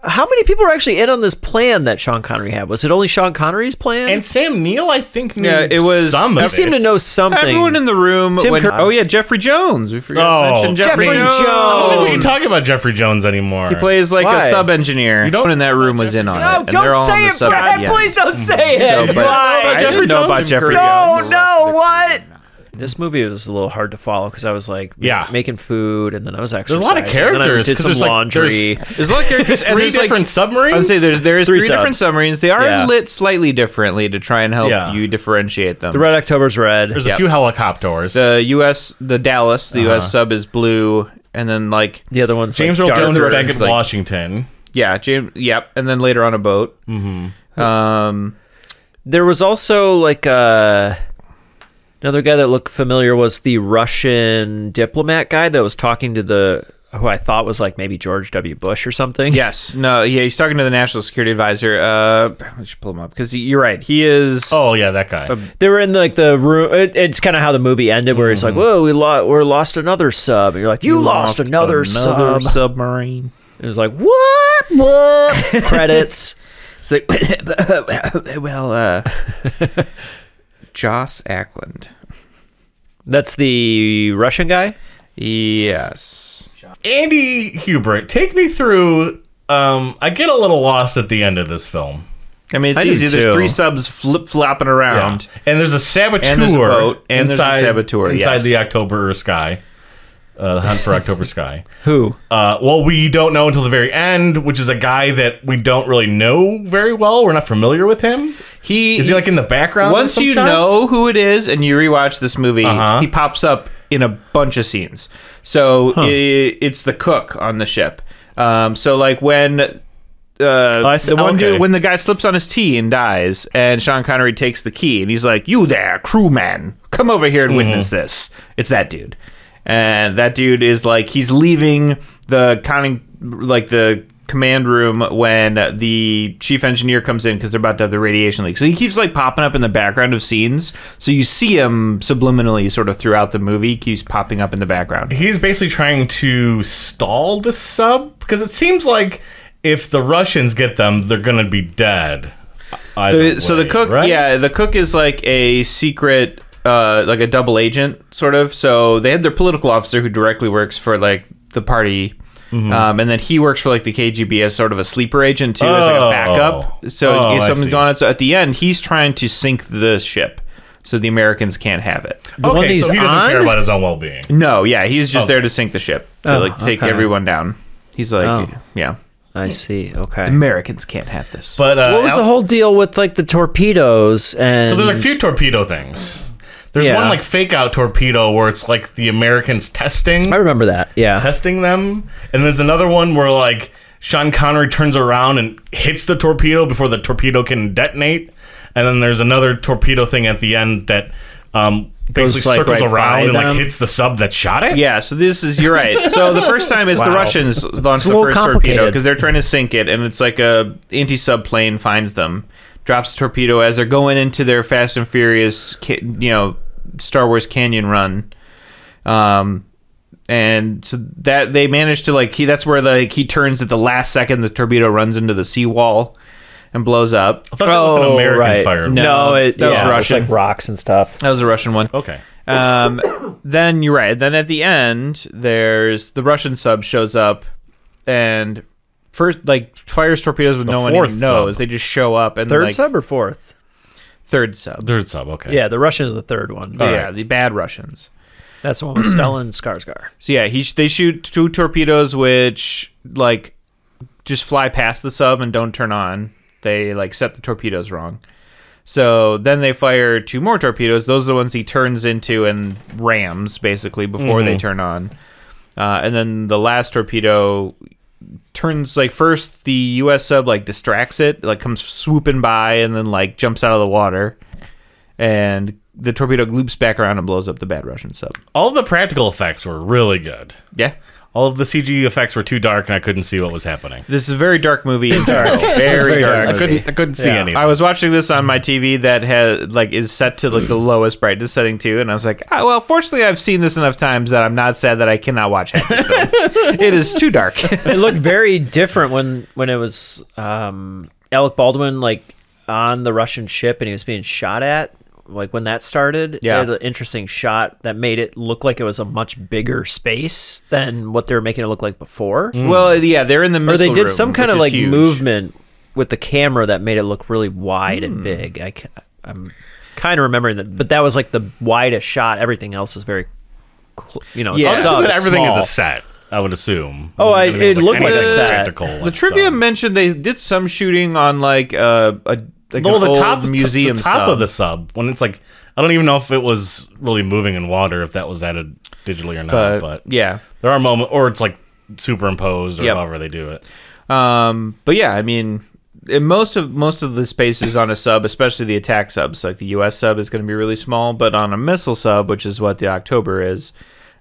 E: How many people were actually in on this plan that Sean Connery had? Was it only Sean Connery's plan?
B: and Sam Neill, I think, knew
C: Yeah, it was-
B: some
E: he
B: of
E: seemed
B: it.
E: to know something.
C: Everyone in the room.
E: Tim
C: when-
E: Curry-
C: oh yeah, Jeffrey Jones. We forgot
B: Oh,
C: to mention Jeffrey,
E: Jeffrey
C: Jones.
B: I don't think Oh, we
E: Jones.
B: can talk about Jeffrey Jones anymore.
C: He plays like
E: Why?
C: a sub engineer. You
B: don't-
C: don't in that room was in on it.
E: No,
C: and they're all
E: don't
C: on
E: say
C: the
E: it,
C: sub at
E: Brad.
C: the end.
E: Please don't say
C: So,
E: it.
C: but
B: Why?
C: I
B: Jeffrey
C: didn't know about
B: Jones?
C: Jeffrey
E: no,
C: Jones.
E: no, what? This movie was a little hard to follow because I was like,
B: Yeah.
E: making food, and then I was
B: There's
E: exercising.
B: a lot of
E: and then I
B: characters.
E: did
B: 'cause
E: some
B: there's like
E: laundry.
B: there's
C: There's a lot of characters. and
B: three
C: there's, like,
B: different submarines.
C: I would say there's there's
E: Three
C: three, different
E: subs.
C: submarines. They are
E: Yeah.
C: lit slightly differently to try and help
B: Yeah.
C: you differentiate them.
E: the Red October's red.
B: There's
C: Yep.
B: a few helicopters.
C: The U.S. the Dallas the U.S. sub is blue, and then like
E: The other one's
B: James
E: like
B: Earl
E: dark
B: Jones
E: red.
B: is back in
C: like-
B: Washington.
C: yeah, James. Yep, and then later on a boat. Mm-hmm. Um,
E: There was also like uh another guy that looked familiar was the Russian diplomat guy that was talking to the who I thought was like maybe George W. Bush or something.
C: yes, no, yeah, he's talking to the national security advisor. Uh, I should pull him up because you're right. He is.
B: Oh yeah, that guy.
E: They were in like the room. It, it's kind of how the movie ended, where he's like, "Whoa, we lo- we're lost another sub," and you're like, Mm-hmm. "You, lost, another, sub."
C: submarine.
E: It was like, "What? [LAUGHS] What?" Credits.
C: It's like, [COUGHS] well, uh, Joss Ackland.
E: That's the Russian guy.
C: Yes.
B: Andy Hubert, take me through. Um, I get a little lost at the end of this film.
C: I mean, it's
K: I do
C: easy. There's
K: too.
C: three subs flip flopping around.
B: And there's a saboteur.
C: And there's a boat, and there's a
B: inside,
C: saboteur,
B: inside
C: yes.
B: the October sky. Uh, the hunt for October Sky. [LAUGHS]
K: Who?
B: Uh, well, we don't know until the very end, which is a guy that we don't really know very well. We're not familiar with him.
C: He
B: Is he like in the background? in
C: Once
B: some
C: you
B: shots?
C: know who it is and you rewatch this movie, he pops up in a bunch of scenes. So i it's the cook on the ship. Um, so like when uh,
B: Oh, I see-
C: the one
B: okay.
C: dude, when the guy slips on his tea and dies, and Sean Connery takes the key and he's like, "You there, crewman? Come over here and
B: Mm-hmm.
C: witness this." It's that dude, and that dude is like he's leaving the counting like the command room when the chief engineer comes in because they're about to have the radiation leak. So he keeps like popping up in the background of scenes. So you see him subliminally sort of throughout the movie. He keeps popping up in the background.
B: he's basically trying to stall the sub because it seems like if the Russians get them, they're gonna be dead.
C: The-
B: Either
C: so the
B: way,
C: cook,
B: right?
C: yeah, the cook is like a secret, uh, like a double agent sort of. So they had their political officer who directly works for like the party.
B: Mm-hmm.
C: Um, and then he works for like the KGB as sort of a sleeper agent too, as like
B: Oh.
C: a backup. So
B: Oh,
C: if
B: I
C: something's
B: see.
C: going on. So at the end, he's trying to sink the ship, so the Americans can't have it.
E: The one
B: okay,
E: he's
B: so he doesn't
E: on?
B: care about his own well-being.
C: No, yeah, he's
B: Oh.
C: just there to sink the ship to like take
E: okay.
C: everyone down. He's like,
A: Oh.
C: yeah,
A: I see. Okay.
C: Americans can't have this.
B: But uh,
A: what was
B: Al-
A: the whole deal with like the torpedoes and
B: So there's like a few torpedo things. There's
A: Yeah.
B: one like fake out torpedo where it's like the Americans testing
A: I remember that. Yeah.
B: testing them, and there's another one where like Sean Connery turns around and hits the torpedo before the torpedo can detonate, and then there's another torpedo thing at the end that um, basically
A: like,
B: circles
A: right
B: around
A: by
B: and
A: them.
B: like hits the sub that shot it.
C: yeah, so this is you're right. So the first time is the
B: Wow.
C: Russians launch the
A: a little
C: first torpedo
A: complicated.
C: because they're trying to sink it, and it's like a anti sub plane finds them, drops a torpedo as they're going into their Fast and Furious, ca- you know, Star Wars Canyon run. Um, and so that they managed to like he that's where like he turns at the last second the torpedo runs into the seawall and blows up.
B: I thought that
E: Oh,
B: was an American
A: right.
B: fire.
A: No,
C: No,
A: it,
C: that was
A: yeah, it
C: Russian.
A: like rocks and stuff.
C: That was a Russian one.
B: Okay.
C: Um, then you're right. Then at the end, there's the Russian sub shows up and first like fires torpedoes with no one
B: fourth
C: even knows. They just show up and
E: Third
C: like,
E: sub or fourth?
C: third sub.
B: Third sub. Okay.
E: Yeah, the Russian is the third one.
C: yeah, the bad Russians.
E: That's the one with Stellan Skarsgård.
C: So yeah, he sh- they shoot two torpedoes which like just fly past the sub and don't turn on. They like set the torpedoes wrong. So then they fire two more torpedoes. Those are the ones he turns into and rams basically before they turn on. Uh, and then the last torpedo turns like first the U.S. sub like distracts it, like comes swooping by and then like jumps out of the water, and the torpedo loops back around and blows up the bad Russian sub.
B: All the practical effects were really good.
C: Yeah.
B: All of the CG effects were too dark, and I couldn't see what was happening.
C: This is a very dark movie. It's dark. very, dark.
B: I
C: movie.
B: couldn't. I couldn't see anything.
C: I was watching this on my TV that had like is set to like the lowest brightness setting too, and I was like, ah, well, fortunately, I've seen this enough times that I'm not sad that I cannot watch half this film. it is too dark.
E: [CLEARS THROAT] it looked very different when when it was um, Alec Baldwin like on the Russian ship and he was being shot at. Like when that started,
C: Yeah.
E: it had an interesting shot that made it look like it was a much bigger space than what they were making it look like before.
C: well, yeah, they're in the
E: Or
C: missile
E: they did
C: room,
E: some kind
C: which
E: of
C: is
E: like
C: huge.
E: movement with the camera that made it look really wide
C: Hmm.
E: and big. I, am kind of remembering that, but that was like the widest shot. Everything else is very, cl- you know, it's
B: I
C: Yeah. I'll
E: sub,
B: assume that
E: it's
B: everything
E: small.
B: is a set. I would assume.
E: Oh, I-
B: Everything was,
E: it looked like a
B: anything
E: set.
B: practical,
C: The
B: like,
C: trivia
B: so.
C: mentioned they did some shooting on like uh, a like
B: well,
C: an
B: the
C: old
B: top
C: museum
B: the top
C: sub.
B: of the sub when it's like I don't even know if it was really moving in water if that was added digitally or not.
C: but,
B: But,
C: Uh, yeah.
B: there are moments, or it's like superimposed, or
C: Yep.
B: however they do it.
C: Um, but yeah, I mean, in most of most of the spaces on a sub, especially the attack subs, like the U.S. sub is going to be really small. But on a missile sub, which is what the October is,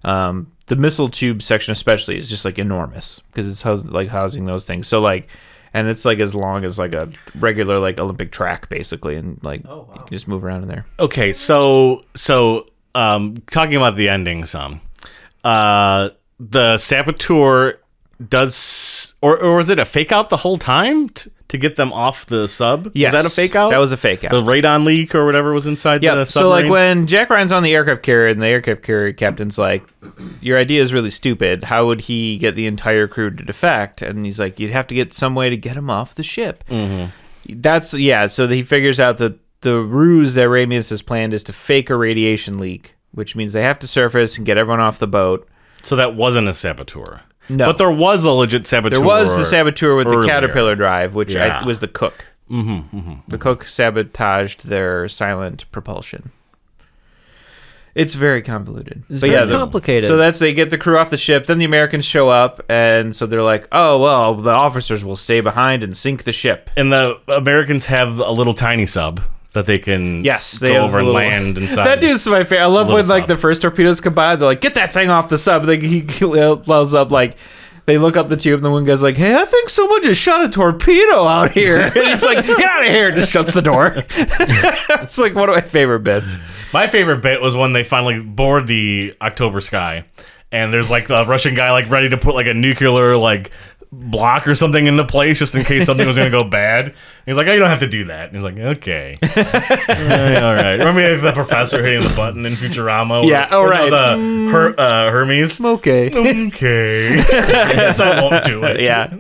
C: um, the missile tube section especially is just like enormous because it's hous- like housing those things. So like, and it's like as long as like a regular like Olympic track basically, and like you can just move around in there.
B: Okay, so so um, talking about the ending, some uh, the saboteur does, or or was it a fake out the whole time? T- to get them off the sub?
C: Yes.
B: Was that a fake out?
C: That was a fake out.
B: The radon leak or whatever was inside
C: Yeah.
B: the
C: So like
B: submarine?
C: when Jack Ryan's on the aircraft carrier and the aircraft carrier captain's like, "Your idea is really stupid. How would he get the entire crew to defect?" And he's like, "You'd have to get some way to get him off the ship." That's yeah. So he figures out that the ruse that Ramius has planned is to fake a radiation leak, which means they have to surface and get everyone off the boat.
B: So that wasn't a saboteur.
C: No.
B: But there was a legit saboteur.
C: There was the saboteur with the
B: earlier.
C: caterpillar drive, which
B: Yeah.
C: I, was the cook. Mm-hmm, The cook sabotaged their silent propulsion. It's very convoluted.
E: It's
C: But
E: very
C: the-
E: complicated.
C: So that's they get the crew off the ship. Then the Americans show up, and so they're like, "Oh well, the officers will stay behind and sink the ship."
B: And the Americans have a little tiny sub that they can
C: Yes,
B: go
C: they have
B: over and
C: little- [LAUGHS]
B: land inside.
C: That dude's my favorite. I love
B: Little
C: when like
B: sub.
C: the first torpedoes come by. They're like, "Get that thing off the sub." Like he blows up. Like they look up the tube, and the one guy's like, "Hey, I think someone just shot a torpedo out here." [LAUGHS] and it's like, "Get out of here!" and Just shuts the door. [LAUGHS] it's like one of my favorite bits.
B: My favorite bit was when they finally board the October Sky, and there's like the Russian guy like ready to put like a nuclear like block or something into place just in case something was going to
C: [LAUGHS]
B: go bad. And he's like, "Oh, you don't have to do that." And he's like, "Okay, all right." all right." Remember the professor hitting the button in Futurama? where-
C: Yeah,
B: or
C: all
B: no,
C: right.
B: the Her- uh,
C: [LAUGHS]
B: Hermes.
C: Okay. [LAUGHS]
B: Okay, yes, I won't do it. [LAUGHS]
C: Yeah,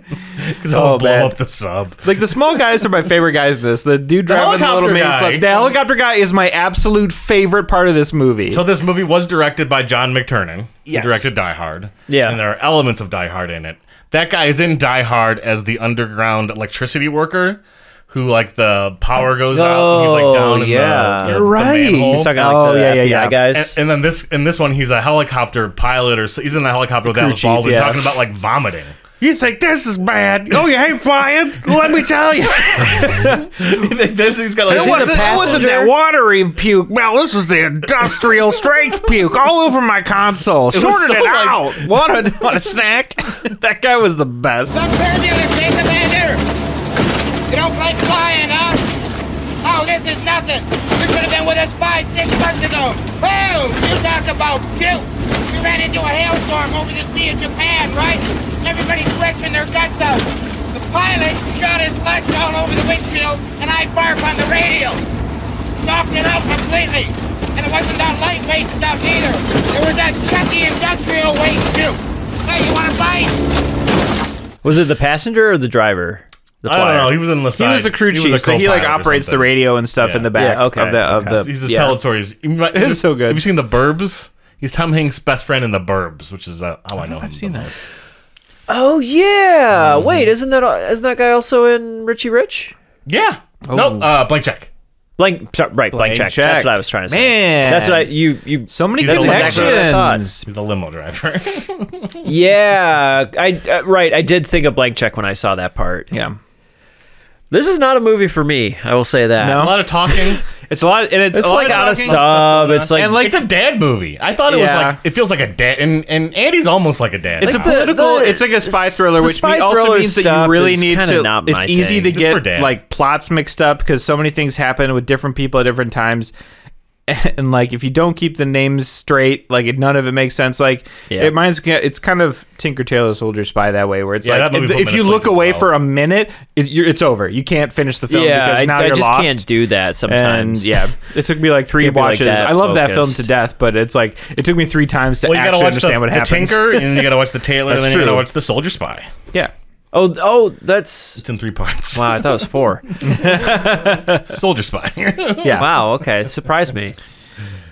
B: because I'll
C: Oh,
B: blow
C: man.
B: up the sub.
C: like the small guys are my favorite guys. In this the dude driving the, little
B: helicopter
C: maze.
B: guy.
C: Like, the helicopter guy is my absolute favorite part of this movie.
B: So this movie was directed by John McTurnan.
C: Yes.
B: Who directed Die Hard.
E: Yeah.
B: And there are elements of Die Hard in it. That guy is in Die Hard as the underground electricity worker who like the power goes out and he's like down in
E: Oh, yeah.
B: the, the,
E: You're
B: the
C: right.
B: manhole.
C: Oh, He's talking like Oh, the yeah, yeah, FBI yeah.
B: and,
E: guys.
B: and then this in this one he's a helicopter pilot or so he's in the helicopter with Alec
C: chief,
B: Baldwin
C: yeah.
B: talking about like vomiting.
L: You think this is bad?
B: Oh, you hate flying?
C: let me tell you,
B: this, he's got like,
C: it wasn't, it wasn't that watery puke. Well, this was the industrial strength puke all over my console. Shorted
B: so
C: it
B: like-
C: out. Want a, want a snack? that guy was the best.
M: Stop turn you understand, Commander! You don't like flying, huh? Oh, this is nothing! You could have been with us five, six months ago! Boom! You talk about guilt! You ran into a hailstorm over the sea of Japan, right? Everybody's stretching their guts out. The pilot shot his guts all over the windshield, and I barf on the radio. Knocked it out completely. And it wasn't that lightweight stuff either. It was that chunky industrial waste juice. Hey, you want to bite?
E: Was it the passenger or the driver? The
B: I don't know. He was in the
C: He
B: side.
C: was the crew
B: was
C: chief,
B: a
C: so he like
B: co-pilot or
C: operates the
B: something.
C: radio and stuff
B: Yeah.
C: in the back
E: Yeah, okay,
C: of the of
E: okay.
C: the.
B: He's just
C: yeah.
B: telling stories. You might-
C: It's so good.
B: Have you seen The Burbs? He's Tom Hanks' best friend in The Burbs, which is uh, how I, know. I've seen that.
E: Oh yeah. Wait, isn't that isn't that guy also in Richie Rich?
B: Yeah. No. Uh, blank check.
E: Blank, sorry, right? Blank,
C: Blank
E: check.
C: check.
E: That's what I was trying to say.
C: Man.
E: that's what I you you.
C: So many
B: That's
C: connections.
B: exactly what
E: I thought.
B: He's the limo driver.
E: Yeah, I uh, right. I did think of blank check when I saw that part.
C: Yeah,
E: This is not a movie for me. I will say that.
B: It's a lot
A: [LAUGHS]
B: of talking.
C: it's a lot, and it's,
E: It's
C: a lot
E: like
C: of
E: on a
C: talking.
E: sub. It's like,
C: And, like,
B: it's a dad movie. I thought it
C: Yeah.
B: was like it feels like a dad, and and Andy's almost like a dad.
C: It's
B: now.
C: a political.
E: the-
C: it's like a spy
E: the
C: thriller, which
E: spy
C: me- also
E: thriller
C: means that
E: stuff
C: you really
E: is
C: need
E: kinda
C: to.
E: not
C: it's
E: my
C: easy
E: thing.
C: to
B: Just for
C: get
B: dad.
C: like plots mixed up because so many things happen with different people at different times, [LAUGHS] and like if you don't keep the names straight, like it, none of it makes sense. Like
E: Yeah.
C: it reminds it's kind of Tinker Tailor Soldier Spy that way, where it's
B: Yeah, that
C: like
B: movie
C: if,
B: put me
C: if
B: to
C: you
B: sleep
C: look
B: as
C: away
B: well.
C: for a minute, it, you're, it's over. You can't finish the film
E: yeah,
C: because now
E: I, I
C: you're
E: just
C: lost.
E: can't do that
C: and
E: sometimes.
C: [LAUGHS] yeah, it took me like three
E: Can't be like
C: watches.
E: that
C: I love that film
E: focused.
C: to death, but it's like it took me three times to
B: well, you gotta
C: actually
B: watch
C: understand
B: the,
C: what
B: the
C: happens.
B: Tinker, and you gotta watch the Tailor, and
C: That's
B: then you gotta
C: true.
B: watch the Soldier Spy.
C: Yeah.
E: Oh, oh, that's
B: It's in three parts.
A: [LAUGHS]
E: wow. I thought it was four.
B: Soldier Spy.
C: Yeah.
E: wow. Okay, it surprised me.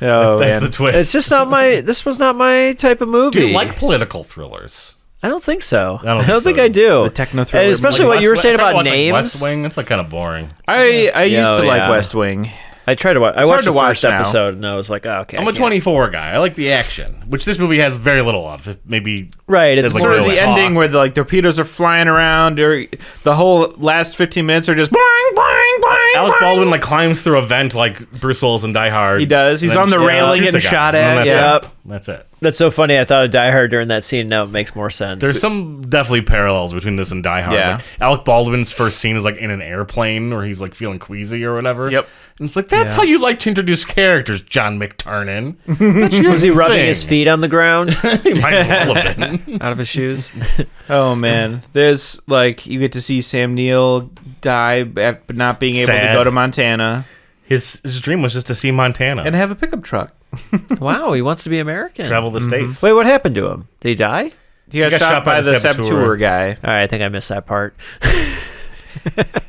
C: Oh,
B: That's
C: man.
B: the twist.
E: It's just not my. This was not my type of movie.
B: Do you like political thrillers?
E: I don't think so. I
B: don't
E: don't,
B: think so
E: think
B: either.
E: I do.
C: The techno
E: And
C: thriller,
E: especially
B: Like
E: what you were
B: West Wing- I
E: saying
B: tried to
E: about
B: watch, like,
E: names.
B: West Wing. That's like kind of boring.
C: I I used
E: Yeah,
C: to like
E: yeah.
C: West Wing.
E: I tried to watch. I
C: It's hard
E: watched
C: to
E: the
C: watch
E: first
C: now.
E: episode and I was like, oh, okay.
B: I'm
E: I
B: a
E: can't.
B: 24 guy. I like the action, which this movie has very little of. Maybe
E: Right. It's
B: It's like
E: more
C: Sort of
B: really
C: the
B: talk.
C: ending where the, like torpedoes are flying around, or the whole last fifteen minutes are just boing boing boing.
B: Alec
C: boing.
B: Baldwin like climbs through a vent like Bruce Willis in Die Hard.
C: He does. He's
B: And
C: on the
B: then-
C: railing
B: shoots
C: getting
B: a guy.
C: shot
B: And
C: at.
B: that's
C: Yeah.
B: it.
E: Yep.
A: That's it.
E: That's so funny. I thought of Die Hard during that scene. Now it makes more sense.
A: There's some definitely parallels between this and Die Hard.
C: Yeah.
A: Like, Alec Baldwin's first scene is like in an airplane where he's like feeling queasy or whatever.
C: Yep.
A: And it's like that's how you [LAUGHS] like to introduce characters, John McTurnan. That's your
E: was he rubbing
A: thing.
E: his feet on the ground
A: He might as well have been.
E: [LAUGHS] out of his shoes?
C: Oh man, there's like you get to see Sam Neill die, but not being able
A: Sad.
C: to go to Montana
A: His his dream was just to see Montana
C: and
A: and
C: have a pickup truck.
E: wow, he wants to be American.
A: travel the states.
E: Wait, what happened to him? Did he die?
C: He got, shot, by, the Septour,
A: Septour
C: guy.
E: All right, I think I missed that part.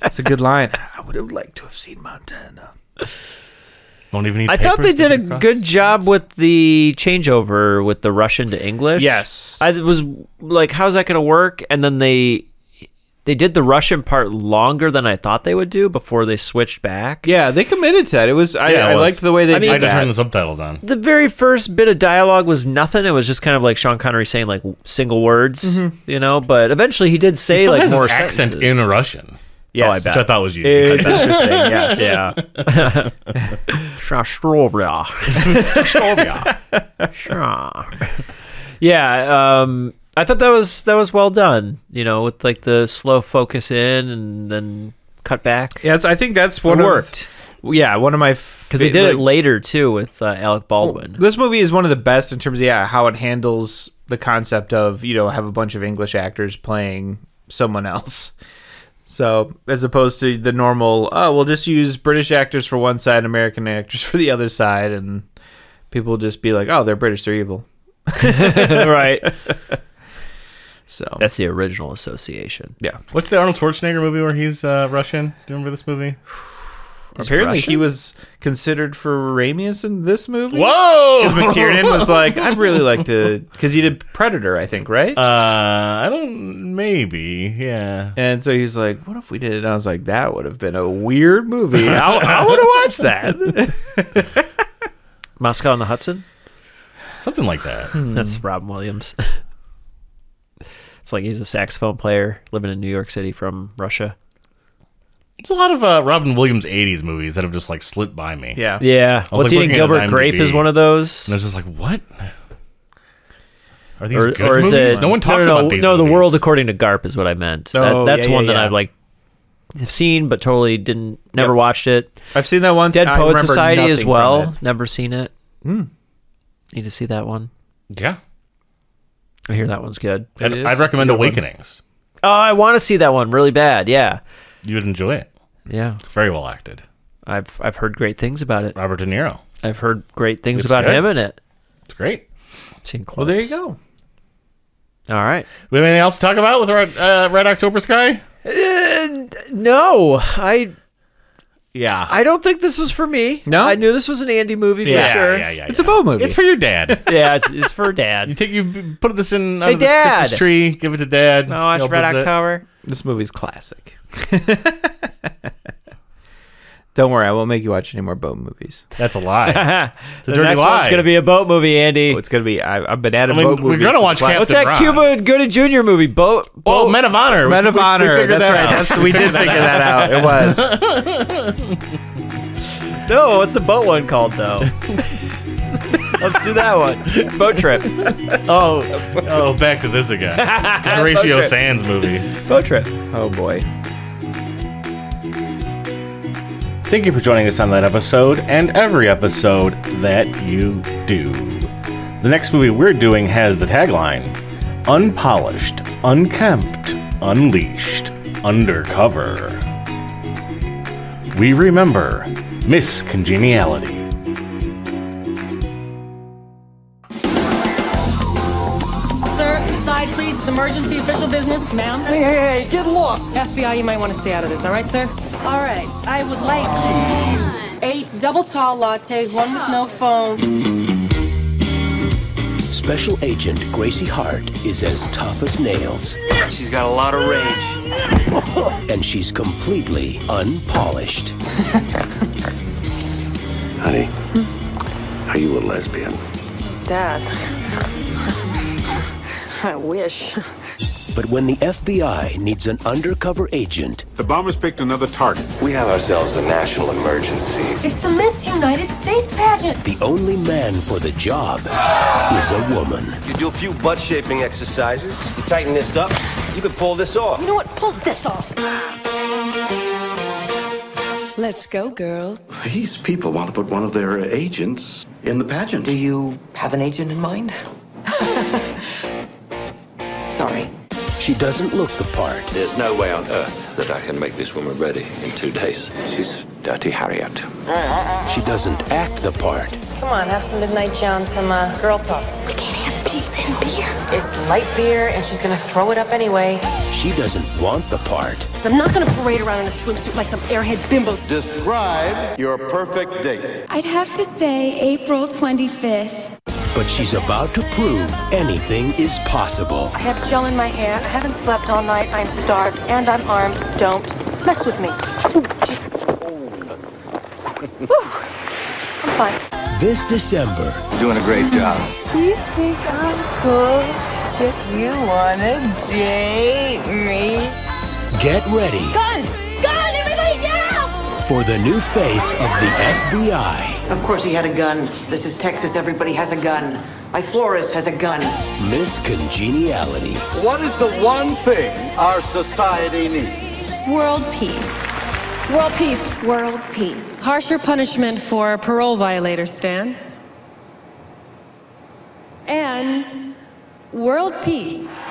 C: That's a good line. [LAUGHS] I would have liked to have seen Montana.
A: Don't even need
E: I thought they
A: papers to
E: did a
A: get across
E: good
A: the
E: job
A: states.
E: with the changeover with the Russian to English.
C: Yes.
E: I was like, how's that going to work? And then they they did the Russian part longer than I thought they would do before they switched back.
C: Yeah, they committed to that. It was I,
A: Yeah, it
C: I
A: was.
C: liked the way they
E: I mean-
A: I
C: did
A: had to
C: that.
A: turn the subtitles on.
E: The very first bit of dialogue was nothing. It was just kind of like Sean Connery saying like w- single words, you know. But eventually, he did say
A: He still
E: like
A: has his
E: more
A: accent
E: sentences.
A: in Russian.
C: Yes.
E: I bet.
A: Which I thought was you.
C: It's
A: [LAUGHS]
C: interesting. Yes.
E: yeah. Shastrovia. yeah, um I thought that was that was well done, you know, with like the slow focus in and then cut back.
C: Yes, I think that's
E: it
C: one
E: worked.
C: of yeah one of my because
E: Cuz they did it later too with uh, Alec Baldwin.
A: [LAUGHS]
C: This movie is one of the best in terms of yeah how it handles the concept of you know have a bunch of English actors playing someone else. So as opposed to the normal, oh we'll just use British actors for one side, American actors [LAUGHS] for the other side, and people will just be like, oh they're British, they're evil.
E: right.
C: So
E: [LAUGHS] That's the original association.
C: yeah,
A: What's the Arnold Schwarzenegger movie where he's uh, Russian? Do you remember this movie?
C: apparently he was considered for Ramius in this movie.
A: Whoa!
C: Because
E: [LAUGHS]
C: McTiernan was like, I'd really like to, because he did Predator, I think, right?
A: Uh, I don't. Maybe. Yeah.
C: And so he's like, "What if we did?" it?" And I was like, "That would have been a weird movie. I, I would have watched that."
A: [LAUGHS]
E: Moscow on the Hudson?
A: Something like [LAUGHS] that.
E: That's Robin Williams. [LAUGHS] it's like he's a saxophone player living in New York City from Russia.
A: It's a lot of uh, Robin Williams '80s movies that have just like slipped by me.
C: yeah.
E: Yeah.
A: I was,
E: What's
A: like,
E: eating
A: looking at his
E: Gilbert Grape
A: IMDb.
E: is one of those.
A: And I was just like, what? Are these
E: or,
A: good
E: or is
A: movies?
E: it
A: no one talks
E: no, no,
A: about these.
E: no the
A: movies.
E: world according to garp is what i meant That-
C: Oh,
E: that's
C: yeah,
E: one
C: yeah,
E: that
C: yeah.
E: i've like have seen but totally didn't never
C: Yep.
E: watched it
C: I've seen that once.
E: dead
C: I
E: poet
C: remember
E: society
C: nothing
E: as
C: from
E: well
C: it.
E: never seen it
A: Hmm.
E: need to see that one
A: Yeah,
E: i hear that one's good
A: I'd,
C: is.
A: I'd
C: It's
A: recommend
C: a good one.
A: Awakenings.
E: oh i want to see that one really bad yeah
A: You would enjoy it.
E: yeah
A: It's very well acted.
E: i've i've heard great things about it
A: Robert De Niro.
E: i've heard great things
A: It's
E: about
A: good.
E: him in it
A: It's great.
E: seen clips.
C: Well, there you go.
E: all right
A: We have anything else to talk about with Red, uh, Red October Sky?
E: no i
A: Yeah.
E: i don't think this was for me
C: No?
E: i knew this was an andy movie
A: yeah,
E: for sure
A: yeah, yeah,
C: It's a
A: yeah.
C: bow movie.
A: It's for your dad.
E: yeah it's, it's for dad [LAUGHS]
A: you take you put this in under
E: Hey,
A: the
E: Dad.
A: Christmas tree. Give it to dad.
E: No, Oh, it's
A: He'll
E: Red
A: visit.
E: [LAUGHS] October.
C: this movie's classic. [LAUGHS] Don't worry, I won't make you watch any more bow movies.
A: That's a
E: [LAUGHS]
A: lie.
E: it's
A: dirty
E: next
A: lie.
E: one's gonna be a boat movie, Andy.
C: Oh, it's gonna be. I, I've been at a
A: I mean,
C: boat
A: we're
C: movies.
A: gonna
C: since
A: watch
C: last-
A: Captain
E: What's that
A: Ron.
E: Cuba Gooding Jr. movie? Boat.
A: Oh, Men of Honor.
C: Men of
A: We- we
C: Honor.
A: figured
C: That's
A: that
C: right.
A: out.
C: That's we did figure that out. It
A: [LAUGHS]
C: was.
E: No, what's the boat one called though? Let's do that one. Boat trip.
A: Oh, oh, back to this again. [LAUGHS] Horatio
E: Okay.
A: Sands movie.
E: Boat trip.
C: Oh boy.
N: Thank you for joining us on that episode and every episode that you do. The next movie we're doing has the tagline Unpolished, Unkempt, Unleashed, Undercover. We remember Miss Congeniality.
M: Sir, side please. It's emergency official business, ma'am. Hey, hey, hey, get lost. FBI, you might want to stay out of this, all right, sir? All right. I would like eight double tall lattes, one with no foam.
O: Special Agent Gracie Hart is as tough as nails,
P: She's got a lot of rage.
E: [LAUGHS]
O: and she's completely unpolished.
Q: [LAUGHS] Honey, are you a lesbian?
M: Dad. I wish.
E: But when the FBI needs an undercover agent,
R: The bombers picked another target.
G: We have ourselves a national emergency.
S: It's the Miss United States pageant.
E: the only man for the job is a woman.
G: You do a few butt shaping exercises, you tighten this up, you can pull this off.
S: You know what? Pull this off. Let's go, girls.
T: These people want to put one of their agents in the pageant. Do you have an agent in mind?
E: Sorry. She doesn't look the part.
G: There's no way on earth that I can make this woman ready in two days. She's Dirty Harriet.
E: She doesn't act the part.
S: Come on, have some Midnight John, some uh, girl talk. We can't have pizza and beer. It's light beer, and she's gonna throw it up anyway.
E: She doesn't want the part.
S: I'm not gonna parade around in a swimsuit like some airhead bimbo.
R: Describe your perfect date.
U: I'd have to say April 25th.
E: But she's about to prove anything is possible.
S: I have gel in my hair. I haven't slept all night. I'm starved and I'm armed. Don't mess with me. Ooh, jeez. Whew. I'm fine.
E: This December,
G: Doing a great job.
S: You think I'm cool? Just you wanna date me?
E: get ready
S: Guns! Guns! Everybody down!
E: for the new face of the FBI,
M: Of course he had a gun. This is Texas. Everybody has a gun. My florist has a gun.
E: Miss Congeniality.
R: What is the one thing our society needs?
V: World peace. World peace. World peace. Harsher punishment for parole violators, Stan. And world peace.